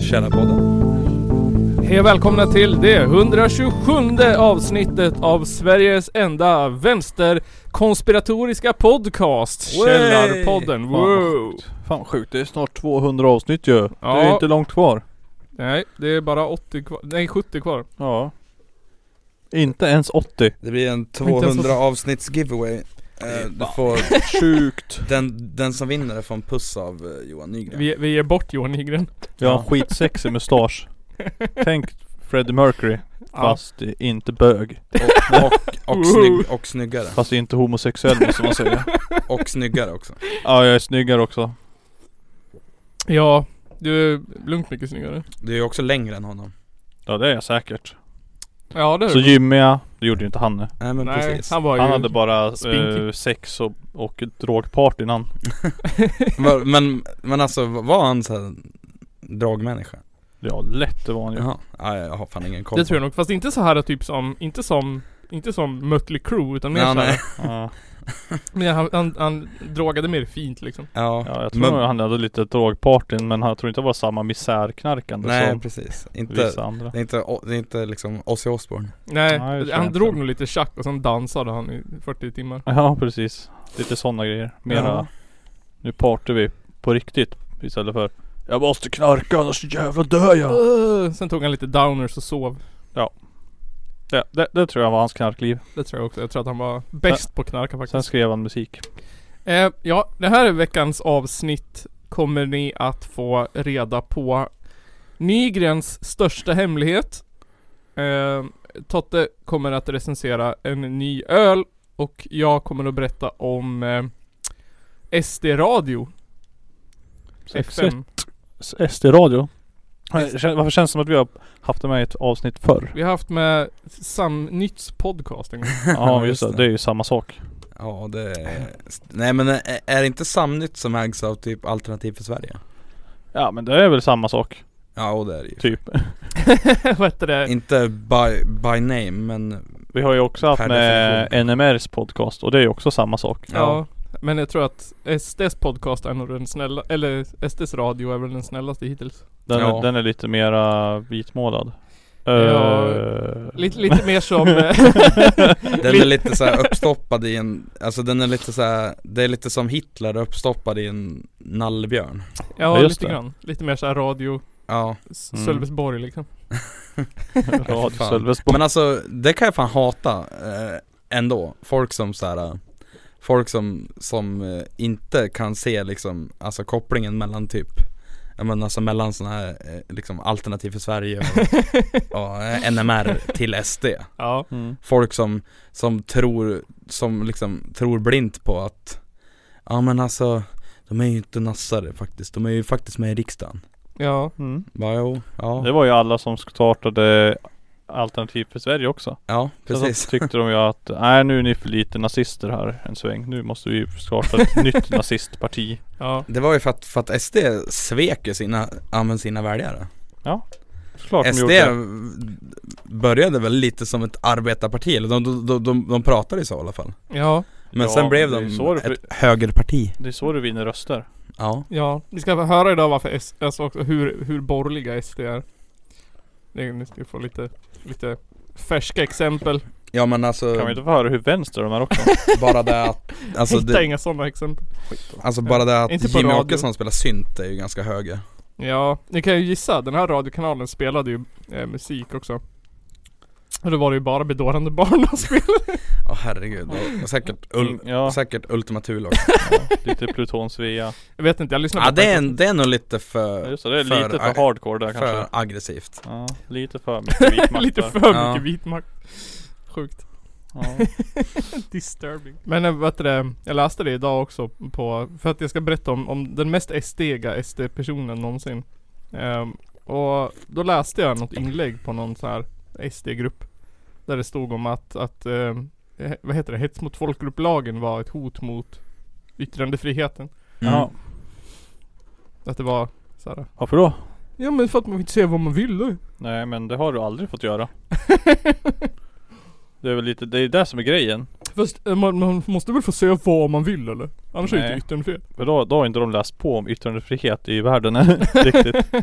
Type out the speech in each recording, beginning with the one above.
Källarpodden. Hej och välkomna till det 127 avsnittet av Sveriges enda vänsterkonspiratoriska podcast. Wey! Källarpodden. Fan vad Wow. sjukt. Fan vad sjukt. Det är snart 200 avsnitt ju. Det Ja. är inte långt kvar. Nej, det är bara 80 kvar. Nej, 70 kvar. Ja. Inte ens 80. Det blir en ens alltså- 200 avsnitts giveaway. Eh, Du får, Sjukt. den, den som vinner får en puss av eh, Johan Nygren. Vi, vi ger bort Johan Nygren. Jag har Ja. en skitsexig mustasch. Tänk Freddie Mercury. Fast inte bög. Och, och, och, snygg, och snyggare. Fast inte homosexuell måste man säga. Och snyggare också. Ja, jag är snyggare också. Ja, du är lugnt mycket snyggare. Du är ju också längre än honom. Ja, det är jag säkert. Ja, det är Så du. gymmiga. Det gjorde ju inte Hanne. Nej men Nej, precis. han var ju... Han hade bara Spinky. eh, sex och, och drogpartyn han. Va- Men, men alltså var han såhär dragmänniska? Ja, lätt det var han ju. Jaha. Ja, jag har fan ingen koll Det tror jag nog. Fast inte så här typ som, inte som, inte som Mötley Crüe utan mer Ja, så här, nej. Ja, men han, han, han drogade mer fint liksom. Ja, ja jag tror men- nog han hade lite drogpartyn men jag tror inte det var samma misärknarkande Nej som precis, inte, vissa andra. det är inte, o- det är inte liksom Ozzy Osbourne Nej, Nej, det tror jag han inte. drog nog lite tjack och sen dansade han i 40 timmar. Ja precis. Lite sådana grejer. Mera Ja. Nu partar vi på riktigt istället för Jag måste knarka annars jävla dör jag. Öh, sen tog han lite downers och sov. Det, det, det tror jag var hans knarkliv. Det tror jag också. Jag tror att han var bäst på att knarka Sen faktiskt. skrev han musik. Eh, ja, det här är veckans avsnitt. Kommer ni att få reda på Nygrens största hemlighet. Eh, Totte kommer att recensera en ny öl och jag kommer att berätta om eh, SD-radio. Sexigt. FM. SD-radio. Varför känns det som att vi har haft det med i ett avsnitt förr? Vi har haft med Samnytts podcast en gång. Ja just Just det. det. Det är ju samma sak. Ja det är, nej men är är det inte Samnytt som ägs av typ Alternativ för Sverige? Ja men det är väl samma sak. Ja och det är det ju Typ. Vad heter det? Inte by, by name men Vi har ju också haft Per med NMRs podcast och det är ju också samma sak. ja, Ja. Men jag tror att SDs podcast är nog den snälla, eller SDs radio är väl den snällaste hittills. Den, Ja. är, den är lite mera vitmålad. Ja, Eh, Lite, lite mer som... Den är lite så här uppstoppad i en, alltså den är lite så här, det är lite som Hitler uppstoppad i en nallbjörn ja, Ja, just lite det. grann. Lite mer såhär radio, Ja, S- Mm. Sölvesborg liksom. Radio Fan. Sölvesborg. men alltså det kan jag fan hata eh, ändå, folk som så här. eh, Folk som, som eh, inte kan se liksom, alltså kopplingen mellan typ Ja men alltså mellan sådana här, eh, liksom Alternativ för Sverige och ja, NMR till SD ja. Mm. Folk som, som tror, som liksom tror blint på att Ja men alltså, de är ju inte nassare faktiskt, de är ju faktiskt med i riksdagen Ja. Mm. Bara, jo, Det ja, var ju alla som startade Alternativ för Sverige också. ja Sen precis tyckte de ju att, nej nu är ni för lite nazister här en sväng. Nu måste vi starta ett nytt nazistparti. Ja. Det var ju för att, för att SD svek ju sina, ja men sina väljare Såklart de SD gjorde det. började väl lite som ett arbetarparti, eller de, de, de, de, de pratade ju så i alla fall Ja. Men Ja, sen blev det är de så det- ett högerparti Det är så du vinner röster. Ja, Ja. Ni ska få höra idag varför S- alltså också hur, hur borgerliga SD är. Det- Ni ska få lite, lite färska exempel. ja men Kan alltså vi inte få höra hur vänster de är också? bara det att alltså, Hitta det, inga sådana exempel. alltså bara det att Inte på Jimmy radio. Åkesson spelar synt är ju ganska höger Ja, ni kan ju gissa. Den här radiokanalen spelade ju eh, musik också. Och då var det ju bara bedårande barn de spelade. Ja herregud, och säkert, ul- Mm. Ja, säkert Ultima Thule lite Pluton Svea. Jag vet inte, jag lyssnade Ja på det är, ett- en, det är nog lite Ja, för, Just det, det är För- lite för hardcore där för kanske. aggressivt Ja, lite för mycket vit makt Lite där. för Ja. mycket vit makt. Sjukt. Ja. Disturbing. Men eh, vad heter det, jag läste det idag också på, för att jag ska berätta om, om den mest SD-iga SD-personen någonsin. Ehm, och då läste jag något inlägg på någon så här SD-grupp. Där det stod om att, att ehm, eh, vad heter det, hets mot folkgrupplagen var ett hot mot yttrandefriheten. Mm. Ja. Att det var så här. Varför då? Ja men för att man vill inte säga vad man vill då. Nej men det har du aldrig fått göra. Det är väl lite, det är det som är grejen. Fast eh, man, man måste väl få säga vad man vill eller? Annars är ju Nej. inte yttrandefrihet. Men då, då har inte de läst på om yttrandefrihet i världen än riktigt.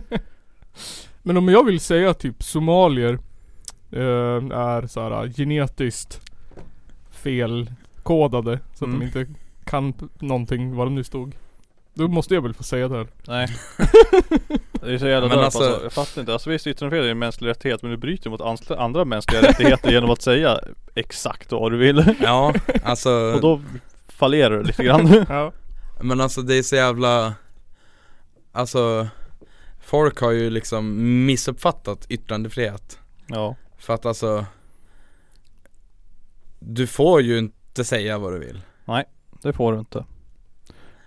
Men om jag vill säga typ somalier eh, är så här genetiskt felkodade så att Mm. de inte kan p- någonting vad det nu stod. Då måste jag väl få säga det här. Nej. Det är så jävla Men dött alltså- alltså, Jag fattar inte. Alltså visst yttrandefrihet är en mänsklig rättighet men du bryter mot ans- andra mänskliga rättigheter genom att säga exakt vad du vill. Ja, alltså Och då fallerar du lite grann. Ja. Men alltså det är så jävla Alltså Folk har ju liksom missuppfattat yttrandefrihet Ja. För att alltså Du får ju inte säga vad du vill Det får du inte.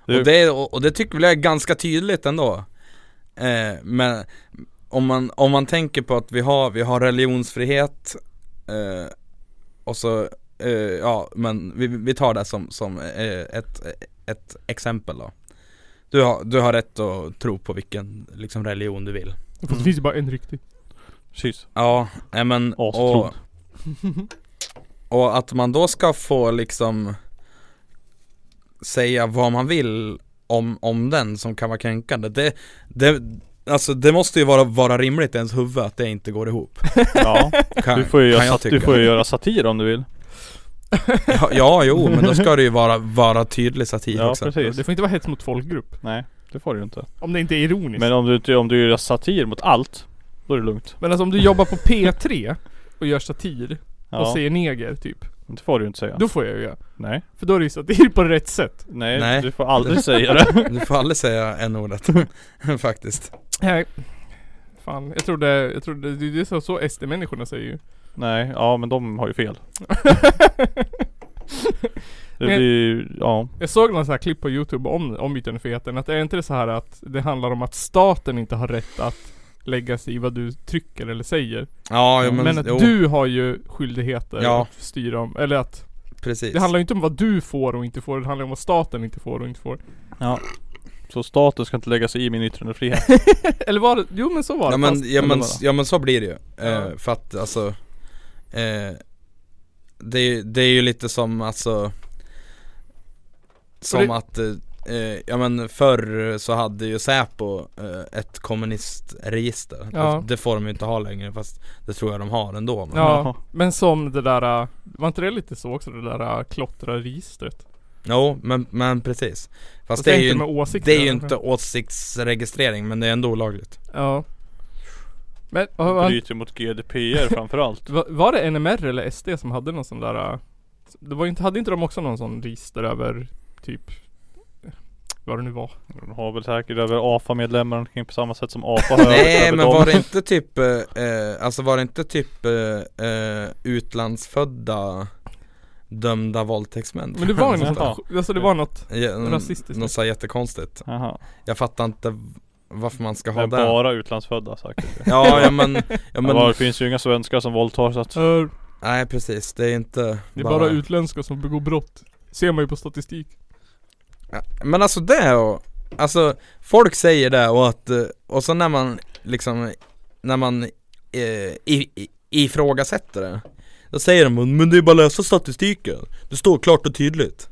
Och det, och och det tycker väl jag är ganska tydligt ändå eh, Men om man, om man tänker på att vi har, vi har religionsfrihet eh, Och så, eh, ja men vi, vi tar det som, som eh, ett, ett exempel då du har, du har rätt att tro på vilken liksom, religion du vill Fast det finns ju bara en riktig. Precis. Ja, nej men Astrod. och, och att man då ska få liksom Säga vad man vill om, om den som kan vara kränkande det, det, alltså det måste ju vara, vara rimligt i ens huvud att det inte går ihop Ja. Kan, Du får, ju kan göra jag sat- tycka du får ju göra satir om du vill. ja, ja, jo men då ska det ju vara, vara tydlig satir Ja också Det precis. får inte vara hets mot folkgrupp. Nej. Det får du ju inte. Om det inte är ironiskt. Men om du, inte- om du gör satir mot allt. Då är det lugnt. Men alltså om du jobbar på P3 och gör satir Ja. och säger neger typ. Det får du inte säga. Då får jag ju göra. Nej. För då är det ju satir på rätt sätt. Nej. Nej. Du får aldrig säga det. Du får aldrig säga en ordet faktiskt Nej. Fan, jag trodde, jag trodde, det det är så, så SD-människorna säger ju. Nej. Ja men de har ju fel. Det blir ju, ja. jag såg någon så här klipp på youtube om, om yttrandefriheten. Att är inte det så här att det handlar om att staten inte har rätt att lägga sig i vad du trycker eller säger. Ja, jo, men men, att jo, du har ju skyldigheter Ja. att styra om. Eller att precis det handlar ju inte om vad du får och inte får. Det handlar om vad staten inte får och inte får. ja. Så staten ska inte lägga sig i min yttrandefrihet. Eller var det? Jo men så var det. Ja men, fast- ja, men, eller vadå? ja men så blir det ju, Ja. eh, för att alltså eh, det, är- det är ju lite som alltså Som det- att, eh, eh, ja men förr så hade ju Säpo eh, ett kommunistregister Ja. det, det får de ju inte ha längre fast det tror jag de har ändå men, Ja, Jaha. men som det där, äh, var inte det lite så också det där äh, klottrarregistret? Jo men, men precis Fast Fast det är, inte ju, med inte- åsikter. det är ju inte åsiktsregistrering men det är ändå olagligt Ja. Men vad Det var, Bryter mot GDPR framförallt. va- var det NMR eller SD som hade någon sån där äh, Det var ju inte, hade inte de också någon sån register över typ vad det nu var? De har väl säkert över AFA-medlemmar omkring på samma sätt som AFA har Nej över men dem. var det inte typ, eh, eh, alltså var det inte typ eh, eh, utlandsfödda dömda våldtäktsmän? Men det var ju något sånt Jaha. där, alltså det var något Ja, n- rasistiskt. Något så här jättekonstigt Jaha. Jag fattar inte varför man ska ha Men det bara utlandsfödda säkert. Ja, ja men, ja, Men... men Var, det finns ju inga svenskar som våldtar så att Äh, nej precis det är inte Det är bara, utländska som begår brott. Ser man ju på statistik. Ja, Men alltså det och, alltså folk säger det och att, eh, och så när man liksom, när man eh, i, i, ifrågasätter det Då säger de men det är bara att läsa statistiken, det står klart och tydligt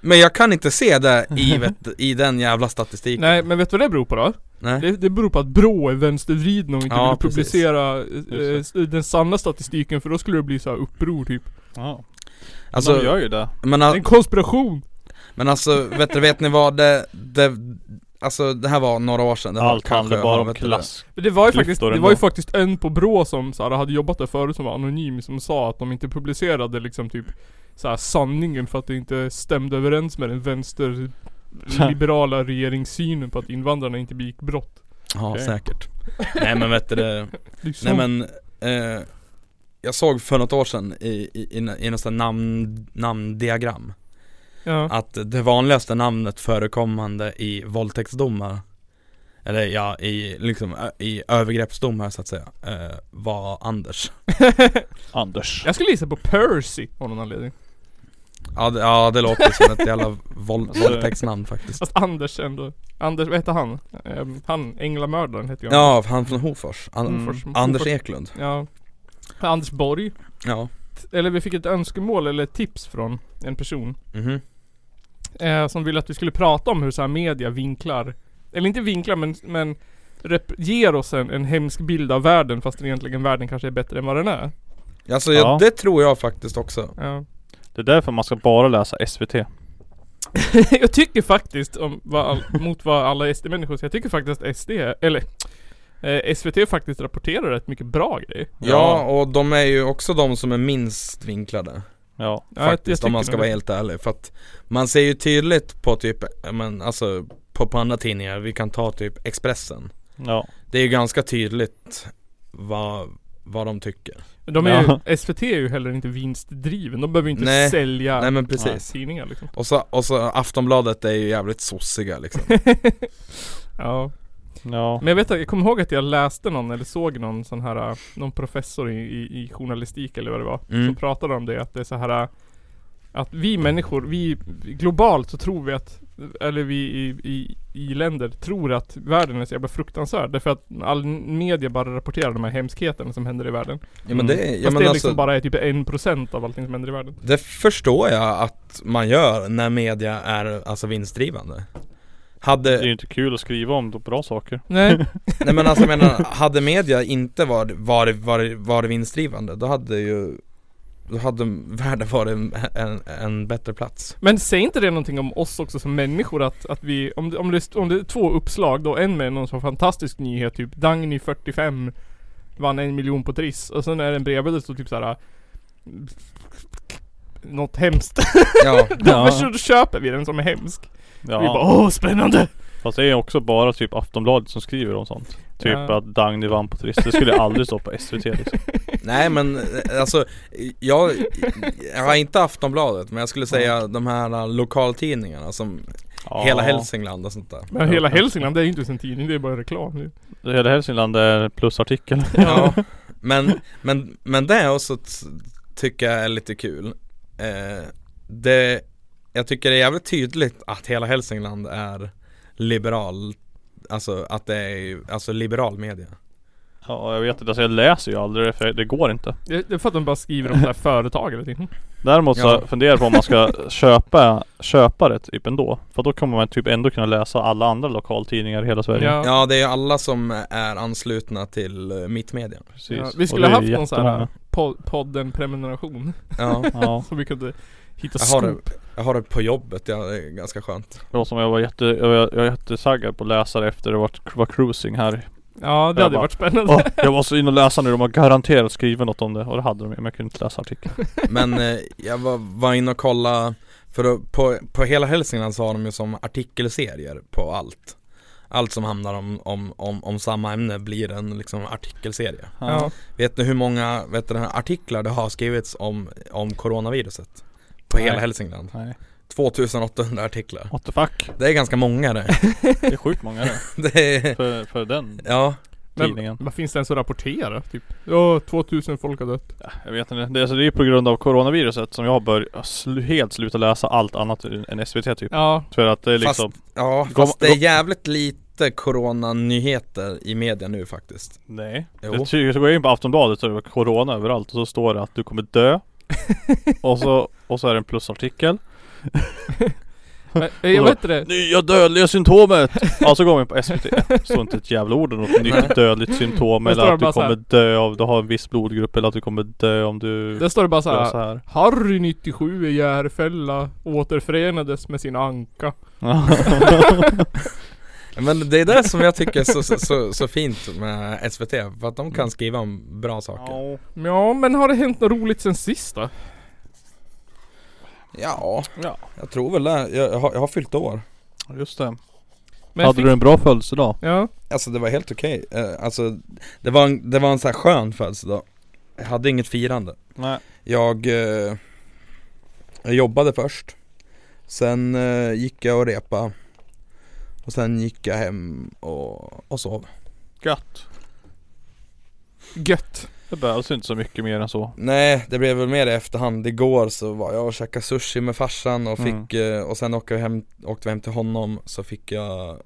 Men jag kan inte se det i, vet, i den jävla statistiken Nej men vet du vad det beror på då? Nej. Det, det beror på att BRÅ är vänstervriden och inte Ja, vill precis. publicera eh, Just den sanna statistiken för då skulle det bli så här uppror typ. Ja. Alltså, de gör ju det. men, a- En konspiration! men alltså vet, du- vet ni vad det, det, alltså det här var några år sedan det här Allt kanske- handlar bara ja, om vet du klass. Men Det var ju Klyftor faktiskt, det ändå. var ju faktiskt en på BRÅ som så här, hade jobbat där förut som var anonym som sa att de inte publicerade liksom typ så här, sanningen för att det inte stämde överens med den vänsterliberala regeringssynen på att invandrarna inte begick brott. det. Ja Okej. säkert Nej men vet du det Liksom. Nej men, eh, jag såg för något år sedan i, i, i, i något sånt här namn, namndiagram ja. Att det vanligaste namnet förekommande i våldtäktsdomar Eller ja, i, liksom, ö- i övergreppsdomar så att säga eh, Var Anders Anders. Jag skulle gissa på Percy av någon anledning. Ja det, ja, det låter som ett jävla våld, våldtäktsnamn faktiskt Fast Anders ändå. Anders, vad hette han? Ehm, han, änglamördaren hette ju han. Ja, han från Mm. Hofors, An- Hofors- Anders Hofors- Eklund Ja. Anders Borg. Ja ett, eller vi fick ett önskemål eller ett tips från en person. Mhm. eh, som ville att vi skulle prata om hur så här media vinklar, eller inte vinklar men, men rep- ger oss en, en hemsk bild av världen fast egentligen världen kanske är bättre än vad den är. Alltså jag, Ja. det tror jag faktiskt också. Ja. Det är därför man ska bara läsa SVT. jag tycker faktiskt, om, vad, all- mot vad alla SD-människor säger, jag tycker faktiskt att SD, eller eh, SVT faktiskt rapporterar rätt mycket bra grejer. Ja. och de är ju också de som är minst vinklade. Ja. Ja, jag- jag faktiskt tycker om man ska nog vara det. helt ärlig. För att man ser ju tydligt på typ, ja, men alltså på, på andra tidningar, vi kan ta typ Expressen. Ja. Det är ju ganska tydligt vad, vad de tycker. De är ju, Ja. SVT är ju heller inte vinstdriven, de behöver ju inte Nej. sälja Nej men precis. tidningar liksom. Och så, och så Aftonbladet är ju jävligt sossiga liksom. ja. Ja. Men jag vet att- jag kommer ihåg att jag läste någon eller såg någon sån här, äh, någon professor i, i, i journalistik eller vad det var. Mm. Som pratade om det, att det är så här äh, Att vi människor, vi globalt så tror vi att Eller vi i, i, i länder tror att världen är så jävla fruktansvärd. Därför att all media bara rapporterar de här hemskheterna som händer i världen. Fast Ja men det, är- ja, det men är alltså, liksom bara är typ 1% av allting som händer i världen. det förstår jag att man gör när media är alltså vinstdrivande. Det är Hade, ju inte kul att skriva om då bra saker. Nej. Nej men alltså jag menar, hade media inte varit, varit, varit, varit vinstdrivande då hade ju Då hade världen varit en, en, en bättre plats Men säger inte det någonting om oss också som människor att, att vi, om det, om, det, om det är två uppslag då, en med någon sån fantastisk nyhet typ Dagny 45 vann en miljon på Triss och sen är den bredvid det står typ såhär Något hemskt. Ja, Då förstår- då köper vi den som är hemsk. Vi bara Ja. åh spännande! Fast det är också bara typ Aftonbladet som skriver om sånt. Typ Ja. att Dagny vann på Triss. Det skulle aldrig stå på SVT liksom. nej men eh, alltså Jag, jag har inte Aftonbladet men jag skulle säga de här eh, lokaltidningarna som Ja. Hela Hälsingland och sånt där Men hela Hälsingland det är ju inte ens en tidning, det är bara reklam nu. Hela Hälsingland är plusartikel. Ja, men, men, men det också t- tycker jag är lite kul eh, det, Jag tycker det är jävligt tydligt att hela Hälsingland är liberal Alltså att det är ju- alltså liberal media Ja jag vet inte. Alltså jag läser ju aldrig det för det går inte. Det, det är för att de bara skriver om såhär företag eller någonting. Däremot så Ja. funderar jag på om man ska köpa, köpa det typ ändå. För då kommer man typ ändå kunna läsa alla andra lokaltidningar i hela Sverige. Ja. Ja det är ju alla som är anslutna till eh, mittmedia Precis. Ja, Och vi skulle det är haft någon sån här jättemånga. pod, podden prenumeration. Ja, Ja. Så vi kunde hitta jag har, det, scoop. jag har det på jobbet, ja, det är ganska skönt Det var som jag var jätte, jag var, jag var jättesaggad på att läsa det efter det var, var cruising här. Ja det Jag hade bara, varit spännande. Åh, jag måste in och läsa nu, de har garanterat skrivit något om det. Och det hade de ju, men jag kunde inte läsa artikeln. Men eh, jag var, var inne och kollade För då, på, på hela Hälsingland så har de ju som artikelserier på allt Allt som handlar om, om, om, om samma ämne blir en liksom artikelserie Ja. Vet ni hur många vet ni, artiklar det har skrivits om, om coronaviruset? På hela Nej. Hälsingland Nej. 2800 artiklar What the fuck? Det är ganska många det, Det är sjukt många det. det är, För, för den Ja, tidningen. Men vad finns det ens att rapportera? Typ, ja 2000 folk har dött. Ja, jag vet inte. Det är, alltså, det är på grund av coronaviruset som jag har börjat slu, helt sluta läsa allt annat än SVT typ. Ja, För att det är Fast- liksom... ja Kom- fast det är jävligt lite coronanyheter i media nu faktiskt Nej. Jo. Det ty- så går jag in på Aftonbladet så är det corona överallt och så står det att du kommer dö. och, så, och så är det en plusartikel. men, eh, jag Vadå? vet det. Nya dödliga symptomet! Ja så går man in på SVT. Står inte ett jävla ord om något nytt dödligt symptom Där står eller det att du bara så här. kommer dö av, du har en viss blodgrupp eller att du kommer dö om du Där står det bara gör så såhär här. Harry 97 i Järfälla återförenades med sin anka. Men det är det som jag tycker är så, så, så, så fint med SVT, för att de kan skriva om bra saker ja. Ja men har det hänt något roligt sen sist då? Ja, ja, jag tror väl det, jag, jag, har, jag har fyllt år just det. Men Hade fick- du en bra födelsedag? Ja. Alltså det var helt okej, Eh, alltså det var en, det var en så här skön födelsedag Jag hade inget firande Nej. Jag, eh, jag jobbade först Sen eh, gick jag och repa Och sen gick jag hem och, och sov Gött. Gött. Det behövs inte så mycket mer än så. Nej, det blev väl mer i efterhand. Igår så var jag och käkade sushi med farsan och fick, eh, och sen åkte vi, hem, åkte vi hem till honom så fick jag eh,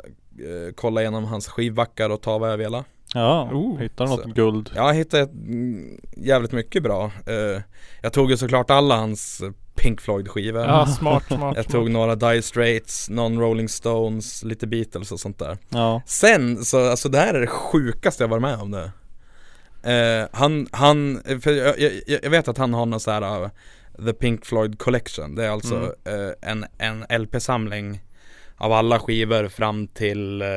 kolla igenom hans skivbackar och ta vad jag ville. Ja, Oh. hittar du något Så. guld? Jag har hittat mm, jävligt mycket bra. Eh, jag tog ju såklart alla hans Pink Floyd skivor. Ja, smart, smart. Jag smart. tog några Dire Straits, någon Rolling Stones, lite Beatles och sånt där. Ja. Sen så, alltså det här är det sjukaste jag varit med om nu eh, Han, han, för jag, jag, jag vet att han har någon så här eh, The Pink Floyd Collection Det är alltså eh, en, en LP-samling av alla skivor fram till eh,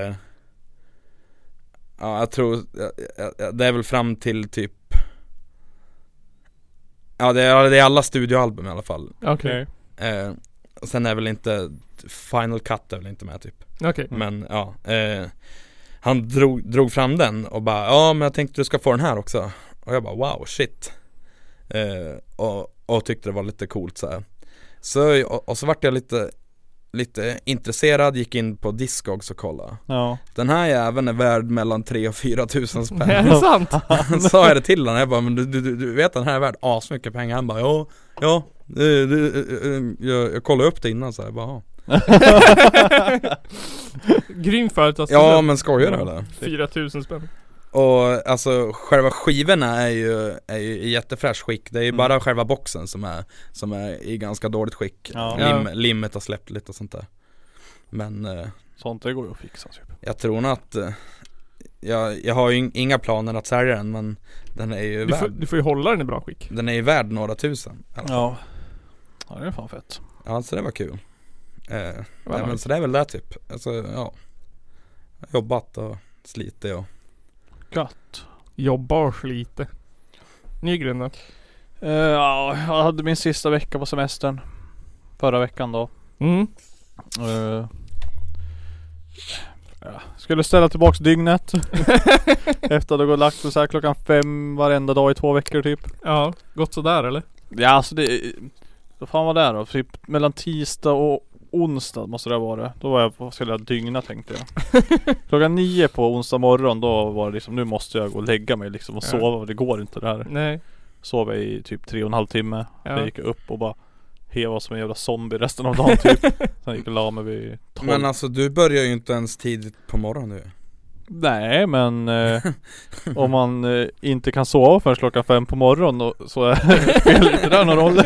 Ja jag tror, ja, ja, ja, det är väl fram till typ Ja det är, det är alla studioalbum i alla fall Okej. eh, och Sen är väl inte, Final Cut är väl inte med typ Okej. men ja, eh, han drog, drog fram den och bara ja men jag tänkte du ska få den här också Och jag bara wow shit eh, och, och tyckte det var lite coolt så här. Så, och, och så vart jag lite, lite intresserad, gick in på Discogs och kollade Ja. Den här jäveln är värd mellan 3 och 4 tusen Är spänn det sant? Sa jag det till honom, jag bara men du, du, du- du vet den här är värd asmycket pengar Han bara ja, ja, eh, du, eh, eh, jag, jag kollade upp det innan så här, jag bara "Ja." Grym företagsstudent. Ja men skojar du eller? 4000 spänn. Och alltså själva skivorna är ju, är ju i jättefräsch skick Det är ju Mm. bara själva boxen som är, som är i ganska dåligt skick Ja. Lim, Limmet har släppt lite och sånt där Men eh, Sånt där går ju att fixa typ. jag tror nog att eh, jag, jag har ju in- inga planer att sälja den men den är ju Du får, värd du får ju hålla den i bra skick. Den är ju värd några tusen i alla fall. Ja. Ja det är fan fett. Ja så det var kul eh, Vad nej, men nice. Så det är väl det typ, alltså ja Jag har Jobbat och slitit och Gött. Jobba och slite. Nygren då? Eh, ja, jag hade min sista vecka på semestern. Förra veckan då. Mm. Eh, ja. Skulle ställa tillbaks dygnet. Efter att ha gått och lagt mig så här klockan fem varenda dag i två veckor typ. Ja, gått sådär eller? Ja alltså det.. Vad fan var det här då? Typ mellan tisdag och onsdag måste det ha varit. Då var jag på, skulle jag dygna tänkte jag. Klockan nio på onsdag morgon då var det liksom, nu måste jag gå och lägga mig liksom och Ja. sova. Det går inte det här. Nej. Sov jag i typ tre och en halv timme. Ja. Jag gick upp och bara hevade som en jävla zombie resten av dagen typ. Sen gick jag och la mig vid tolv. Men alltså du börjar ju inte ens tidigt på morgonen nu Nej men eh, om man eh, inte kan sova förrän klockan fem på morgonen och- så spelar inte det här någon roll.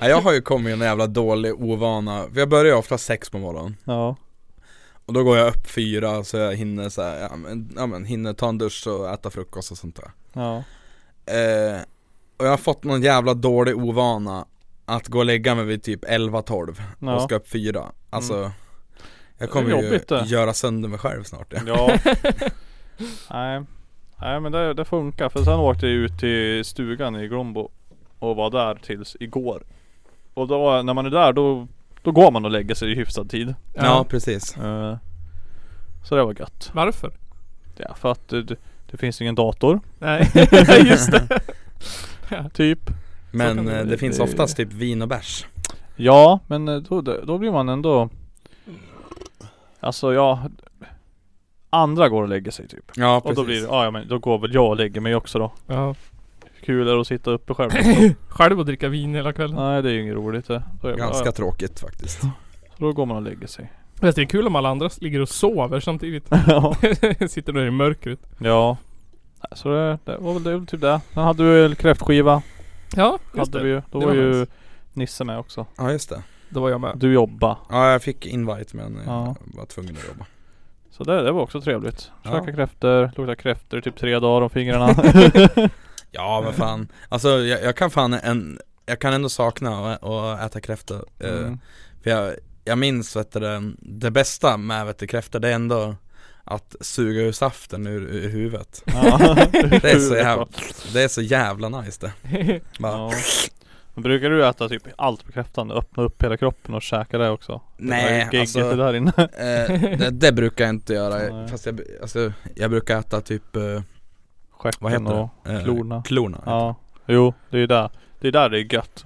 Ja, jag har ju kommit i en jävla dålig ovana, för jag börjar ofta sex på morgonen Ja. Och då går jag upp fyra så jag hinner så här, ja, men, ja, men, hinner ta en dusch och äta frukost och sånt där Ja. eh, Och jag har fått någon jävla dålig ovana Att gå och lägga mig vid typ 11-12 Ja. och ska upp fyra Alltså Jag är kommer ju jobbigt det. göra sönder mig själv snart ja. Ja. Nej. Nej men det, det funkar. För sen åkte jag ut till stugan i Grombo. Och var där tills igår. Och då, när man är där då, då går man och lägger sig i hyfsad tid. Ja, precis Eh, Så det var gött. Varför? Ja, för att det, det finns ingen dator. Nej, just det. Typ. Men kan det eh, det, bli. finns Det- oftast typ vin och bärs Ja, men eh, då, då blir man ändå Alltså ja Andra går och lägger sig typ. Ja Och då blir det, ah, ja men då går väl jag och lägger mig också då. Ja. Kul är att sitta uppe själv. Själv och dricka vin hela kvällen. Nej det är ju inget roligt det. Då, är jag bara, Ganska ah, ja. tråkigt faktiskt Så då går man och lägger sig. Fast det är kul om alla andra ligger och sover samtidigt. ja. Sitter där i mörkret. ja. Nej, Så det, det var väl det, var typ det. Sen hade vi väl kräftskiva. Ja, just Hade det. vi ju. Då Det var var ju nice. Nisse med också. Ja just det Då var jag med. Du jobba. Ja jag fick invite men jag Ja. var tvungen att jobba Så det, det var också trevligt. Ja. Käka kräftor, lukta kräftor i typ tre dagar om fingrarna. Mm. Ja men fan, alltså jag, jag kan fan en, jag kan ändå sakna att- att äta kräftor eh, mm. För jag, jag minns vet du, det- det bästa med vet du, kräftor det är ändå att suga ur saften ur, ur huvudet Ja. Det är så jävla, det är så jävla nice det Bara, Ja. Men brukar du äta typ allt på kräftan? Öppna upp hela kroppen och käka det också? det Nej var ju geggigt det alltså, där inne. eh, det, det brukar jag inte göra Nej. Fast jag, alltså, jag brukar äta typ, eh, Stjärten vad heter och det? Eh, klorna. klorna ja. Ja. Jo, det är ju där. Det är där det är gött.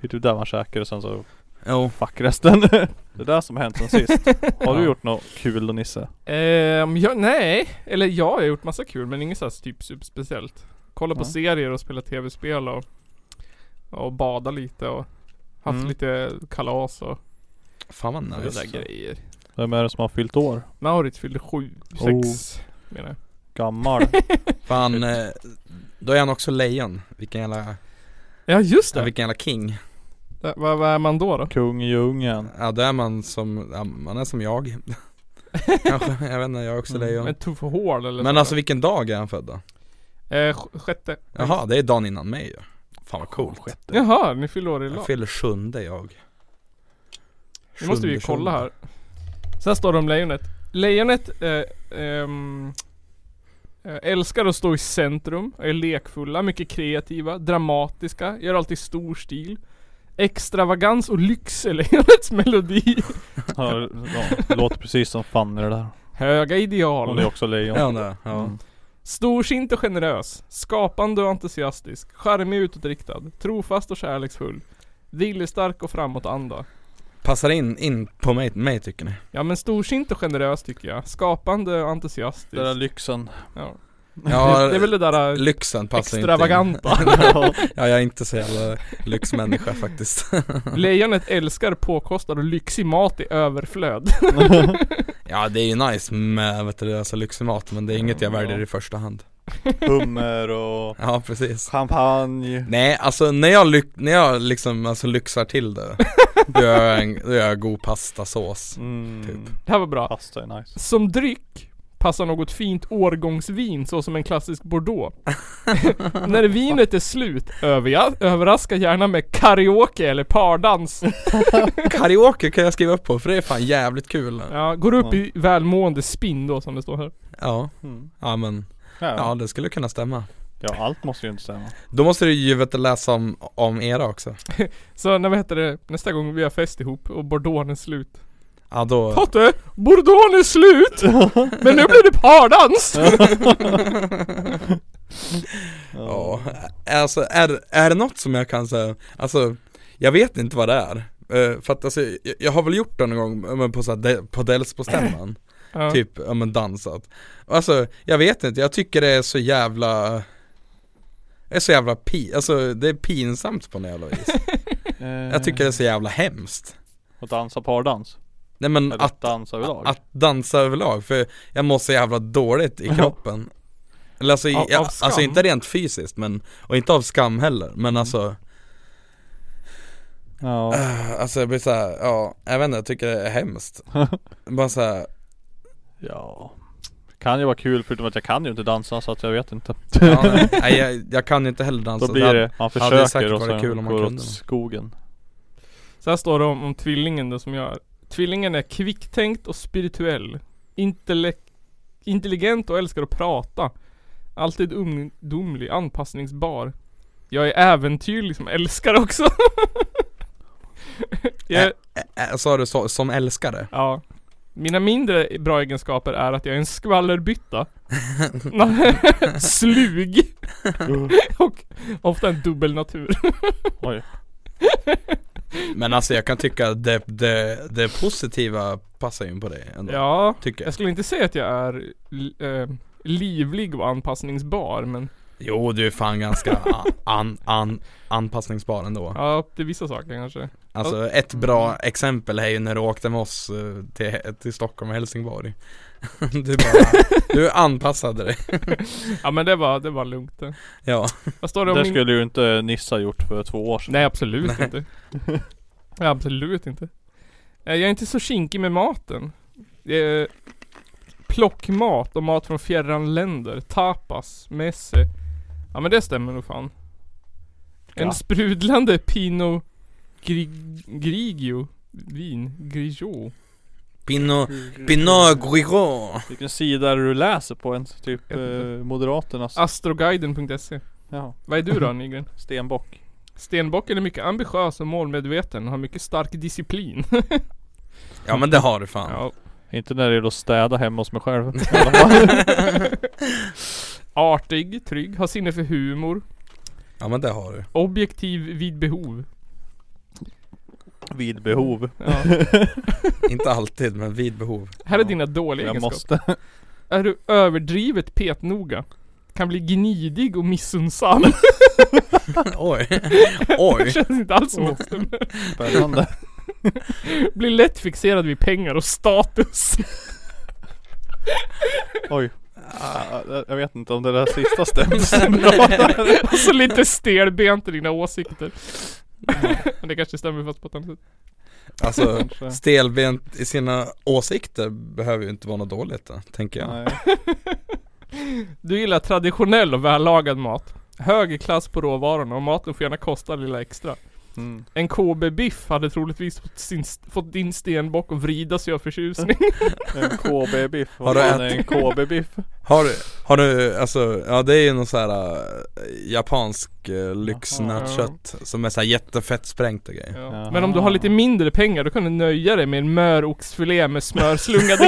Det är typ där man käkar och sen så Jo, fuck resten. det är där som har hänt sen sist. Har du gjort något kul då Nisse? Ehm, ja, nej. Eller ja, jag har gjort massa kul men inget såhär typ superspeciellt. Kolla på Ja. serier och spela tv-spel och, och bada lite och haft Mm. lite kalas och fan vad sådana där nice grejer. Vem är det som har fyllt år? Mauritz fyllde sju, sex menar jag. Gammal. Fan, eh, då är han också lejon. Vilken jävla, Ja just ja, det! vilken jävla king. Där- Vad vad är man då då? Kung i djungeln. Ja då är man som, ja, man är som jag. Kanske, jag vet inte, jag är också Mm, lejon. En tuff och hård eller Men så. alltså vilken dag är han född då? Eh, sj- sjätte Jaha, det är dagen innan mig ju. Fan vad coolt. Jaha, ni fyller år Jag idag? fyller sjunde jag. Nu måste vi ju Sjunde, kolla sjunde. här Sen står det om lejonet Lejonet eh, ehm, eh, Älskar att stå i centrum, är lekfulla, mycket kreativa, dramatiska, gör alltid stor stil Extravagans och lyx är lejonets melodi Ja, de låter precis som Fanny det där. Höga Hon är ideal också lejon. Ja, det, ja. Mm. Storsint och generös Skapande och entusiastisk Charmig och utåtriktad Trofast och kärleksfull Viljestark och framåtanda Passar in, in på mig, mig tycker ni? Ja men storsint och generös tycker jag. Skapande och Den där entusiastisk. lyxen. Ja. Ja, Det, det är väl det där äh, lyxen passar inte in. extravaganta. Ja jag är inte så jävla lyxmänniska faktiskt Lejonet älskar påkostad och lyxig mat i överflöd. Ja det är ju nice med vet du, alltså lyxig mat men det är inget jag Mm, ja. väljer i första hand Hummer och Ja precis champagne. Nej alltså när jag, lyx, när jag liksom alltså lyxar till det Då gör jag, en, då gör jag god pastasås Mm. Typ. Det här var bra. Pasta är nice. Som dryck passar något fint årgångsvin såsom en klassisk bordeaux. När vinet är slut överja- överraska gärna med karaoke eller pardans. Karaoke kan jag skriva upp på för det är fan jävligt kul Ja, går upp i välmående spinn då som det står här. Ja, Mm. ja men Ja. ja Ja. det skulle kunna stämma allt måste ju inte stämma. Då måste du ju vet du, läsa om, om era också Så när vad heter det, nästa gång vi har fest ihop och bordeauxen är slut. Ja då Totte, Bordeaux är slut! Men nu blir det pardans! Ja, alltså är, är det något som jag kan säga, alltså jag vet inte vad det är. Eh, för att alltså, jag, jag har väl gjort det någon gång eh, men på, så här, de, på Delsbo-stämman, Ja. typ, ja men dansat. Alltså jag vet inte, jag tycker det är så jävla det är så jävla pi, alltså det är pinsamt på något jävla vis. Jag tycker det är så jävla hemskt. Att Eh, dansa pardans. Nej men Eller att, att dansa överlag. att dansa överlag, för jag mår så jävla dåligt i Ja. kroppen. Eller alltså, Av- jag, av skam? alltså inte rent fysiskt men, och inte av skam heller, men alltså Ja. Ah, Alltså jag blir såhär, ja, jag vet inte, jag tycker det är hemskt Bara såhär, ja. Kan ju vara kul förutom att jag kan ju inte dansa så att jag vet inte. ja, nej, nej, jag, jag kan ju inte heller dansa Då så blir här- det, man Alltså, hade säkert försöker och varit sen kul om man går kunde. åt skogen. Så här står det om, om tvillingen då som jag är. Tvillingen är kvicktänkt och spirituell. Intellek- intelligent och älskar att prata. Alltid ungdomlig, anpassningsbar. Jag är äventyrlig som älskar också. jag, Ä- ä- Äh, Sa du så, som älskare? ja. Mina mindre bra egenskaper är att jag är en skvallerbytta. Nej, Slug och ofta en dubbel natur. Oj. Men alltså jag kan tycka att det, det, det positiva passar in på dig ändå Ja, Tycker jag jag skulle inte säga att jag är li- eh, livlig och anpassningsbar men Jo du är fan ganska an, an, an, anpassningsbar ändå ja, upp till vissa saker kanske. Alltså ett bra exempel är ju när du åkte med oss eh, till, till Stockholm och Helsingborg Du bara, du anpassade dig Ja men det var, det var lugnt det. Ja, Vad står det om Det min... skulle ju inte Nissa gjort för två år sedan. Nej absolut inte. Nej, absolut inte. Eh, Jag är inte så kinkig med maten. Eh, Plockmat och mat från fjärran länder, tapas, messe. Ja men det stämmer nog fan. En Ja. sprudlande Pinot Grig- Grigio Vin, Grigio. Pinot, Pinot Grigio Vilken sida är det du läser på ens? Typ Jag eh, vet inte. Moderaternas? Ah. Astroguiden.se Jaha. Vad är du då Nygren? Stenbock. Stenbocken är mycket ambitiös och målmedveten och har mycket stark disciplin. Ja men det har du fan Ja. Inte när det är att städa hemma hos mig själv. Artig, trygg, har sinne för humor, Ja men det har du objektiv vid behov. Vid behov. Ja. Inte alltid men vid behov Här är Ja, dina dåliga Jag egenskaper. måste. Är du överdrivet petnoga? Kan bli gnidig och missunnsam. Oj, Det oj känns inte alls som ett stämmer. Spännande. Blir lätt fixerad vid pengar och status. Oj. Ah, jag- jag vet inte om det där sista stämmer så bra. Och så lite stelbent i dina åsikter. Men det kanske stämmer fast på ett annat sätt. Alltså Kanske. stelbent i sina åsikter behöver ju inte vara något dåligt då, tänker jag. Nej. Du gillar traditionell och vällagad mat. Hög klass på råvarorna och maten får gärna kosta lilla extra. Mm. En KB-biff hade troligtvis fått, sin, fått din stenbock att vrida sig av förtjusning. En KB-biff. Har Vad du fan är en KB-biff? Har, har du, alltså, ja det är ju någon så här äh, japansk äh, lyxnötkött som är så här jättefett sprängt och grejer. Ja. Men om du har lite mindre pengar då kan du nöja dig med en möroxfilé med smörslungade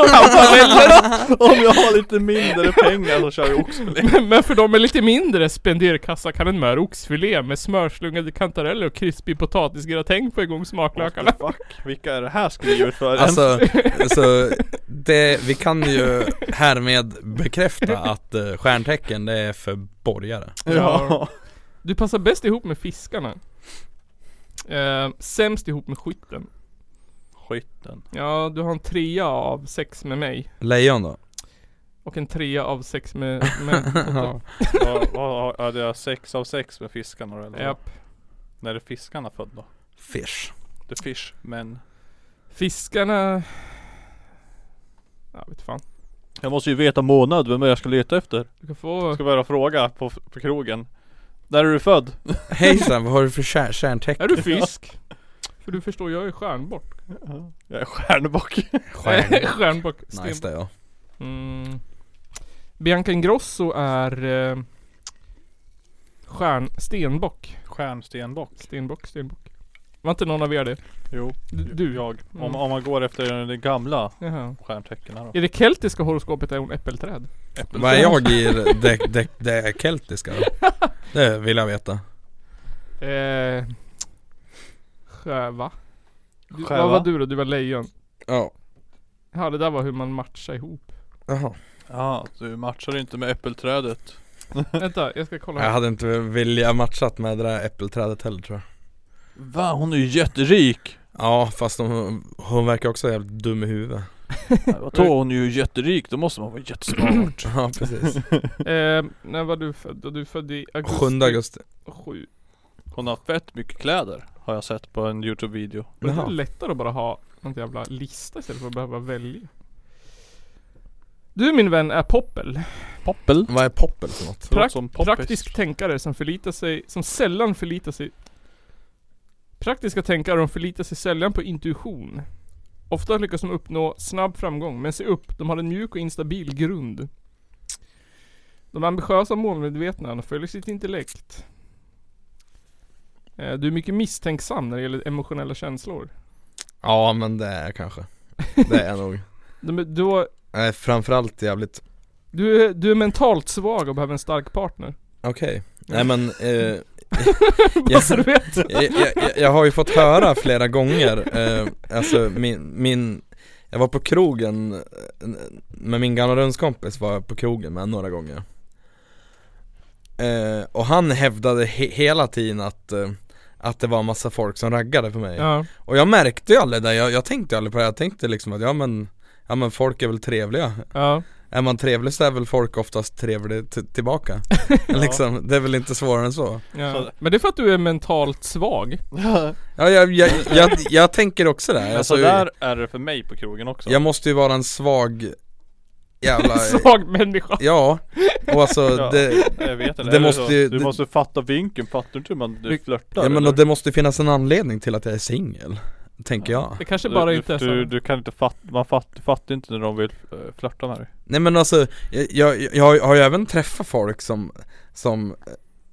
Om jag har lite mindre pengar så kör vi oxfilé. Men- Men för de med lite mindre spenderkassa kan en mör oxfilé med smörslungade kantareller och krispig potatisgratäng få igång smaklökarna. What the fuck? Vilka är det här skrivet för? Alltså, så det, vi kan ju härmed bekräfta att äh, stjärntecken det är för borgare. ja. Du passar bäst ihop med fiskarna. Eh, sämst ihop med skytten. Skiten. Ja, du har en trea av sex med mig. Lejon då? Och en trea av sex med, med Ja. Otto. Vad- vad- Hade jag sex av sex med fiskarna då, eller? Japp. När är fiskarna född då? Fish. The fish, men Fiskarna... Ja, vet fan. Jag måste ju veta månad vem jag ska leta efter. Du kan få... Ska börja fråga på, på krogen. När är du född? Hejsan, vad har du för stjär- stjärntecken? Är du fisk? För du förstår, jag är stjärnbock. Jag är stjärnbock. Stjärn. stjärnbock. Sten- Nice det ja. Mm. Bianca Ingrosso är eh, stjärn, stenbock. Stjärnstenbock. Stenbock, stenbock. Var inte någon av er det? Jo. D- Du? Jag. Om, Mm. om man går efter de gamla Jaha. stjärntecknen här då. I det keltiska horoskopet är hon äppelträd. Vad är jag i det, det, det keltiska då? Det vill jag veta. Eh, sjö, va? Du, Sjö, vad va? var du då? Du var lejon. Ja. Ja det där var hur man matchar ihop. Jaha. Ja, du matchar inte med äppelträdet. Vänta, jag ska kolla. Jag här. hade inte vilja matchat med det där äppelträdet heller tror jag Va? Hon är ju jätterik! Ja fast hon, hon verkar också jävligt dum i huvudet Vadå? Hon är ju jätterik, då måste man vara jättesmart. Ja precis Eh, när var du född? då? Du är född i augusti. 7 augusti Sju. Hon har fett mycket kläder. Har jag sett på en youtube-video. Men det är Jaha. lättare att bara ha en jävla lista istället för att behöva välja. Du min vän är poppel. Poppel. Vad är poppel för något? Prak- Prakt- som poppis. Praktisk tänkare som förlitar sig, som sällan förlitar sig Praktiska tänkare de förlitar sig sällan på intuition. Ofta lyckas de uppnå snabb framgång, men se upp, de har en mjuk och instabil grund. De är ambitiösa och målmedvetna, de följer sitt intellekt. Eh, Du är mycket misstänksam när det gäller emotionella känslor. Ja men det är jag kanske Det är jag nog De är, du har Nej framförallt jävligt Du är, du är mentalt svag och behöver en stark partner. Okej Nej men eh, Bara så du vet. jag, jag, jag har ju fått höra flera gånger eh, Alltså min, min Jag var på krogen eh, Med min gamla rumskompis var jag på krogen med några gånger eh, Och han hävdade he- hela tiden att eh, Att det var massa folk som raggade på mig Ja. Och jag märkte ju aldrig det, jag, jag tänkte ju aldrig på det, jag tänkte liksom att ja men Ja men folk är väl trevliga ja. Är man trevlig så är väl folk oftast trevliga t- tillbaka Liksom, det är väl inte svårare än så ja. Så- Men det är för att du är mentalt svag. Ja, Ja jag, jag, jag, jag tänker också det men alltså, sådär är det för mig på krogen också. Jag måste ju vara en svag jävla svag människa. Ja, och alltså Ja. det Jag vet inte, Det eller måste så, ju- du det- måste fatta vinkeln, fattar du inte hur man du Du- Ja flörtar? men eller? och det måste ju finnas en anledning till att jag är singel Tänker jag Det kanske bara du, inte är du, du, så. du kan inte fatta, man fatt, du fattar inte när de vill eh, flörta med dig Nej men alltså, jag, jag, jag har ju- har ju även träffat folk som, som,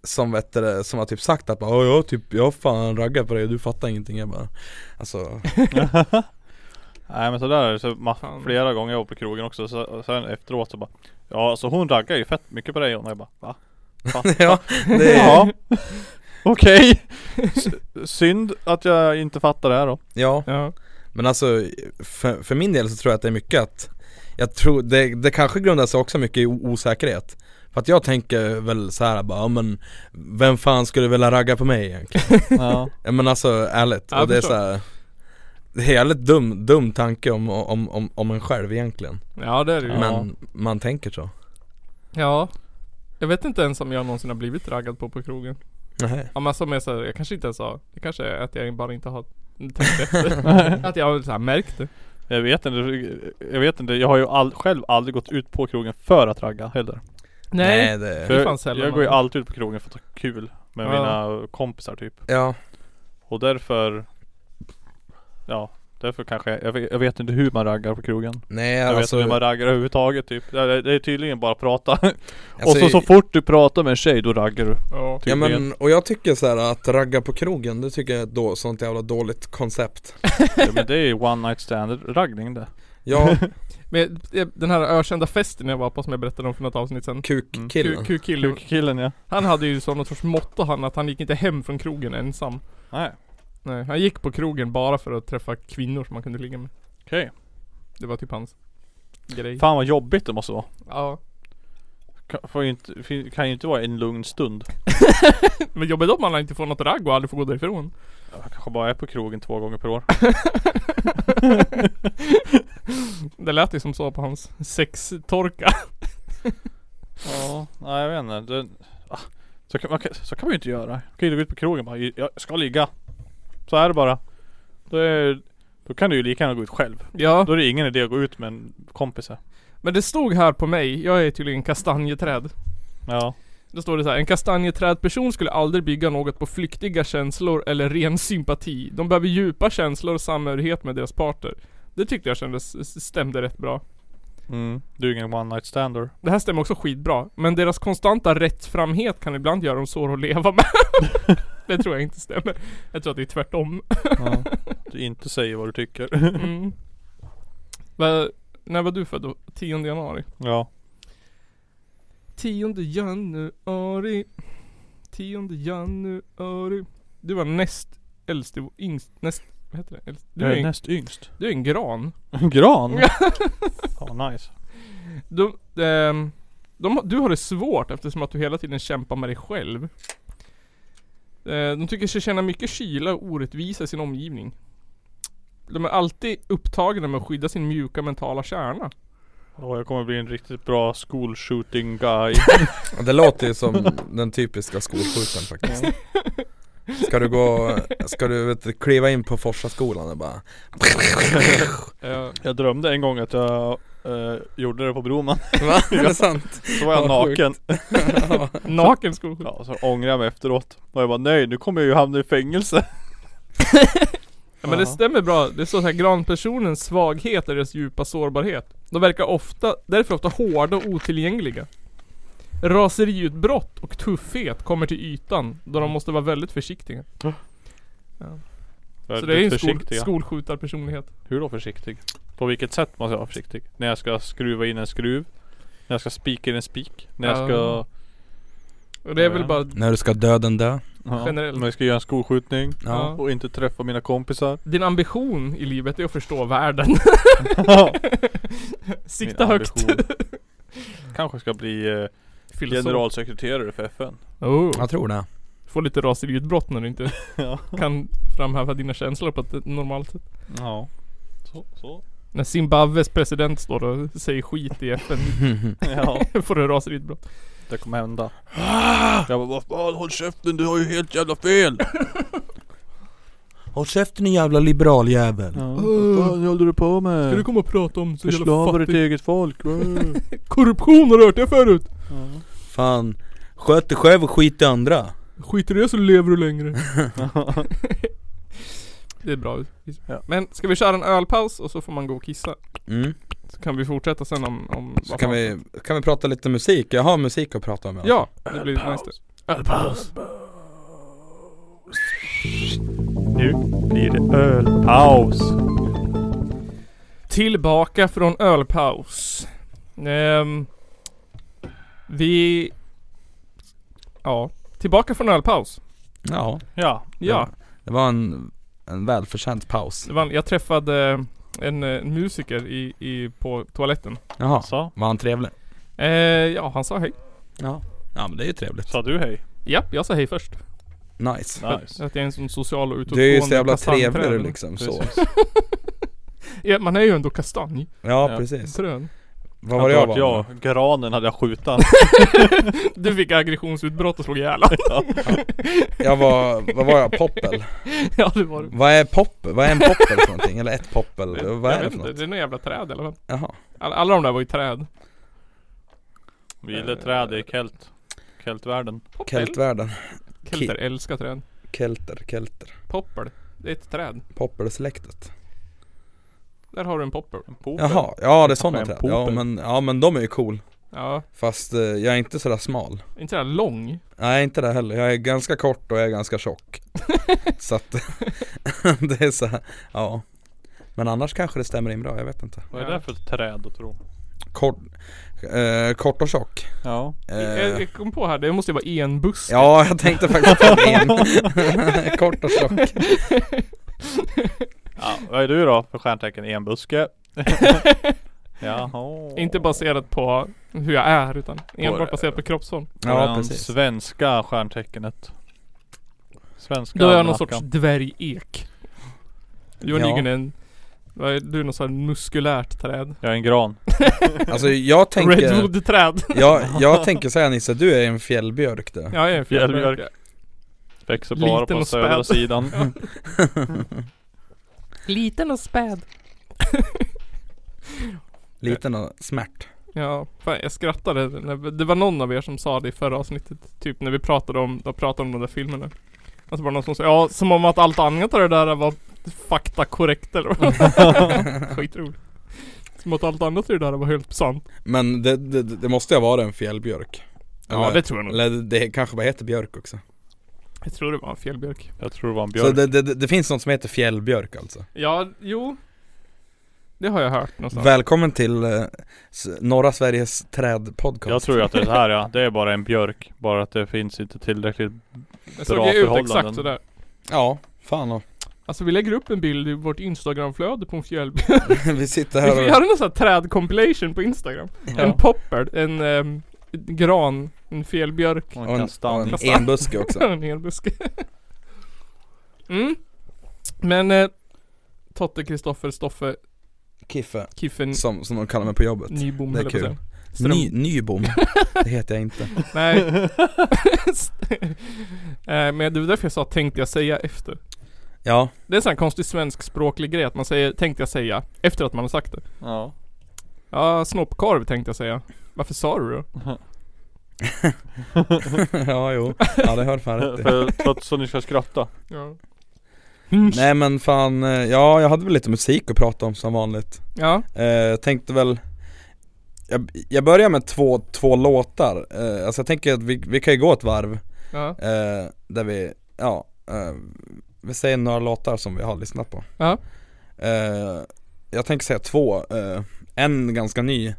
som vet du det, som har typ sagt att bara, "Ja, jag har typ, jag har fan raggat på dig och du fattar ingenting Jag bara, alltså, Nej men sådär är det, så ma- Fan. flera gånger jag var på krogen också, så, och sen efteråt så bara Ja alltså hon raggar ju fett mycket på dig och jag bara va? ja det är, Ja Okej S- Synd att jag inte fattar det här då ja Ja. Men alltså, för, för min del så tror jag att det är mycket att Jag tror, det, det kanske grundar sig också mycket i o- osäkerhet För att jag tänker väl så här bara, ja men Vem fan skulle vilja ragga på mig egentligen? Ja Ja, men alltså ärligt, Ja, jag och det är förstår. så här, Det är en jävligt dum, dum tanke om, om, om, om en själv egentligen ja, det är det ju. Men man tänker så Ja. Jag vet inte ens om jag någonsin har blivit raggad på på krogen. Nej. Ja men alltså, som är såhär, jag kanske inte ens har, det kanske är att jag bara inte har tänkt efter. att jag har så här märkt det. Jag vet inte, jag vet inte. Jag har ju all, själv aldrig gått ut på krogen för att ragga heller. Nej det, För- För fan sällan jag går ju man- alltid ut på krogen för att ha kul med Ja. mina kompisar typ. ja Och därför Ja, därför kanske jag, jag, vet, jag vet inte hur man raggar på krogen. nej Jag alltså, vet inte hur man raggar överhuvudtaget typ. Det är, det är tydligen bara att prata. och alltså så, så fort du pratar med en tjej då raggar du. typ. Ja. Ja tydligen. men, och jag tycker så här att ragga på krogen, det tycker jag är ett då, sånt jävla dåligt koncept Ja, men det är ju one night stand raggning det. Ja, Men eh, den här ökända festen jag var på som jag berättade om för något avsnitt sen. Mm, kukkillen Q-killen. Kukkillen ja. Han hade ju som någon sorts motto han att han gick inte hem från krogen ensam. Nej, Nej, han gick på krogen bara för att träffa kvinnor som han kunde ligga med. okej. Det var typ hans grej. Fan vad jobbigt det måste vara. Ja. Kan, får ju inte, fin- kan ju inte vara en lugn stund. Men jobbigt om man inte får något ragg och aldrig får gå därifrån. Jag kanske bara är på krogen två gånger per år. Det lät ju som så på hans sextorka. Ja, nej jag vet inte. Det, ah, så, kan, man, kan- så kan man ju inte göra. Man kan ju gå ut på krogen och bara, jag ska ligga. Så är det bara. Då, är, då kan du ju lika gärna gå ut själv. Ja, Då är det ingen idé att gå ut med en kompis. här. men det stod här på mig, jag är tydligen kastanjeträd. Ja. Då står det så här, en kastanjeträdperson skulle aldrig bygga något på flyktiga känslor eller ren sympati. De behöver djupa känslor och samhörighet med deras parter. Det tyckte jag kändes, stämde rätt bra. Mm. Du är ingen one night stander. Det här stämmer också skitbra, men deras konstanta rättframhet kan ibland göra dem svåra att leva med. det tror jag inte stämmer. Jag tror att det är tvärtom. Ja. Du inte säger vad du tycker. Mm. Va, när var du född då? 10 januari? Ja. 10 januari 10 januari Du var näst äldst i vår- yngst, näst, vad heter det? Äldst. Du, Jag är är en, näst yngst. du är en gran. En gran? Ja nice. Du, ehm, de, du har det svårt eftersom att du hela tiden kämpar med dig själv. Eh, De tycker sig känna mycket kyla och orättvisa i sin omgivning. De är alltid upptagna med att skydda sin mjuka mentala kärna. Åh jag kommer bli en riktigt bra school shooting guy. Det låter ju som den typiska skolskjutaren faktiskt Ska du gå, ska du vet, du, kliva in på Forsaskolan och bara Eh, Jag drömde en gång att jag eh, gjorde det på Broman. Va? Är det sant? Så var jag Ja, sjukt. naken. Naken skolskjut. Ja, så ångrar jag mig efteråt. Och jag bara nej, nu kommer jag ju hamna i fängelse. Ja, men det stämmer bra. Det står så här, granpersonens svaghet är deras djupa sårbarhet. De verkar ofta, därför ofta hårda och otillgängliga. Raseriutbrott och tuffhet kommer till ytan då de måste vara väldigt försiktiga. Så det är ju en skol, försiktig. skolskjutarpersonlighet. Hur då försiktig? På vilket sätt måste jag vara försiktig? När jag ska skruva in en skruv? När jag ska spika in en spik? När jag ska.. Ja. Och det är Ja, väl ja. bara När du ska döden dö? Ja, Generellt. När jag ska göra en skolskjutning? Ja. Och inte träffa mina kompisar? din ambition i livet är att förstå världen. Sikta Min högt. ambition. Kanske ska bli eh, Filosof. generalsekreterare för FN. Oh. Jag tror det Få lite raseriutbrott när du inte Ja. kan framhäva dina känslor på ett normalt sätt. Ja. Så, så. När Zimbabwes president står och säger skit i FN Ja. får du raseriutbrott. Det kommer hända. Jag bara, vad fan håll käften du har ju helt jävla fel. Håll käften din jävla liberaljävel Ja, Mm. vad fan håller du på med? Ska du komma och prata om så jävla Förslavar ditt fattig eget folk. äh. korruption har du hört det förut? Fan, sköt dig själv och skit i andra Skit i det så lever du längre. Det är bra. Ja. Men ska vi köra en ölpaus och så får man gå och kissa? mm. Så kan vi fortsätta sen om... om Så vad kan fan- vi, kan vi prata lite musik? Jag har musik att prata om i alla Ja, det blir nice det. Ölpaus. Nu blir det ölpaus. Tillbaka från ölpaus. Ehm, vi... Ja, tillbaka från ölpaus. fall. ja. Ja. Ja. Det var en, en välförtjänt paus. Det var, jag träffade en eh, musiker i, i, på toaletten. Jaha, Sa, var han trevlig? Eh, ja, han sa hej. Ja. Ja men det är ju trevligt. sa du hej? Ja, jag sa hej först. Nice. För att- Nice. Att jag är en sån social och utåtgående Du är ju så jävla kastanjträd. trevlig liksom så. Precis. liksom. Ja, man är ju ändå kastanj. Ja Ja. precis. Trön. Vad var det jag var? jag, granen hade jag skjutit Du fick aggressionsutbrott och slog ihjäl honom. Jag var, vad var jag? Poppel? Ja det var det. Vad är poppel? Vad är en poppel för någonting? Eller ett poppel? Vad Jag är det för vet inte, något? det är några jävla träd eller vad? Jaha. Alla, alla de där var ju träd. Vi gillar träd i kelt Keltvärlden Poppel. Keltvärlden. Kelter älskar träd. Kelter, kelter. Poppel. Det är ett träd. Poppelsläktet. Där har du en poppel. En popel. Jaha, ja det är sådana En träd. popel. Ja men, ja men de är ju cool. Ja, Fast eh, jag är inte sådär smal. inte sådär Eh. lång. Nej inte det heller, jag är ganska kort och jag är ganska tjock Så att det är så här, ja Men annars kanske det stämmer in bra, jag vet inte Vad är det för träd att tro? Kort, eh, kort och tjock Ja Jag, eh, jag kom på här, det måste ju vara en buss. Ja jag tänkte faktiskt på det igen. Kort och tjock Ja, vad är du då för stjärntecken? Enbuske? Jaha Inte baserat på hur jag är utan enbart baserat på kroppsform. Ja Våran precis Svenska stjärntecknet Svenska Då är jag någon sorts almanackan. dvärgek. Johan Ja. Nygren är en... vad är- Du är någon sån här muskulärt träd. Jag är en gran Alltså jag tänker Redwood-träd. jag, jag tänker säga Nisse, du är en fjällbjörk du Ja, jag är en Fjällbjörk. fjällbjörk. Växer Liten bara på och södra späd. sidan Liten och späd. Liten och smärt Ja, fan, jag skrattade. när- Det var någon av er som sa det i förra avsnittet. Typ när vi pratade om, då pratade om de där filmerna. Och så var det någon som sa, ja som om att allt annat av det där var faktakorrekt eller vad. Skitroligt. Som att allt annat av det där var helt sant. Men det, det, det måste ju ha varit en fjällbjörk Ja det tror jag nog. Eller det kanske bara heter björk också Jag tror det var en fjällbjörk. Jag tror det var en Så björk det, det, det finns något som heter fjällbjörk alltså Ja, jo. Det har jag hört någonstans. Välkommen till eh, s- norra Sveriges trädpodcast Jag tror ju att det är så här ja, det är bara en björk Bara att det finns inte tillräckligt jag såg bra ju ut förhållanden. exakt sådär. Ja, fan och. Alltså vi lägger upp en bild i vårt instagramflöde på en fjällbjörk. Vi sitter Vi får här och göra någon sån här träd-compilation på instagram. En ja. popper, en ehm, gran, en fjällbjörk Och och en en, och kastanj en enbuske också och en hel buske. mm. Men eh, Totte, Kristoffer, Stoffe, Kiffe, Kiffen, som, som de kallar mig på jobbet Nybom det är höll jag på att kul. säga. Ström- Ny, Nybom, det heter jag inte Nej. Eh, Men det var därför jag sa tänkte jag säga efter. Ja, Det är en sån här konstig svensk språklig grej att man säger tänkte jag säga efter att man har sagt det. Ja Ja, snoppkorv tänkte jag säga. Varför sa du det? ja jo, ja det hör fan rätt i. För att så ni ska skratta Ja. Mm. Nej men fan, eh, ja jag hade väl lite musik att prata om som vanligt Ja, eh, Tänkte väl jag, jag börjar med två, två låtar, eh, alltså jag tänker att vi, vi kan ju gå ett varv ja, Eh, där vi, ja, eh, vi säger några låtar som vi har lyssnat på. Ja. Eh, jag tänker säga två, eh, en ganska ny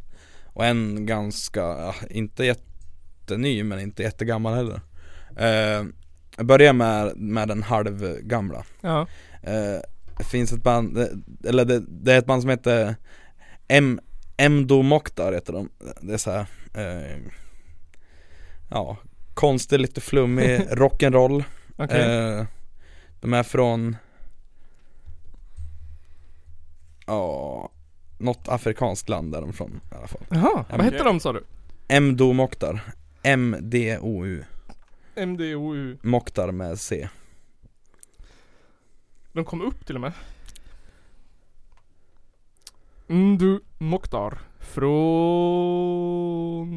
och en ganska, ja, inte jätteny men inte jättegammal heller. Eh, jag börjar med, med den halvgamla. ja. Eh, det finns ett band, eh, eller det, det är ett band som heter M Mdo Mokhtar heter de, det är så här, eh, ja, konstig, lite flummig rock'n'roll Okej. Eh, de är från Ja, något afrikanskt land är de från i alla fall Jaha, vad okej. hette de sa du? Mdo Mokhtar M-D-O-U MDOU. Mokhtar med C De kom upp till och med. Ndu Mokhtar. Från...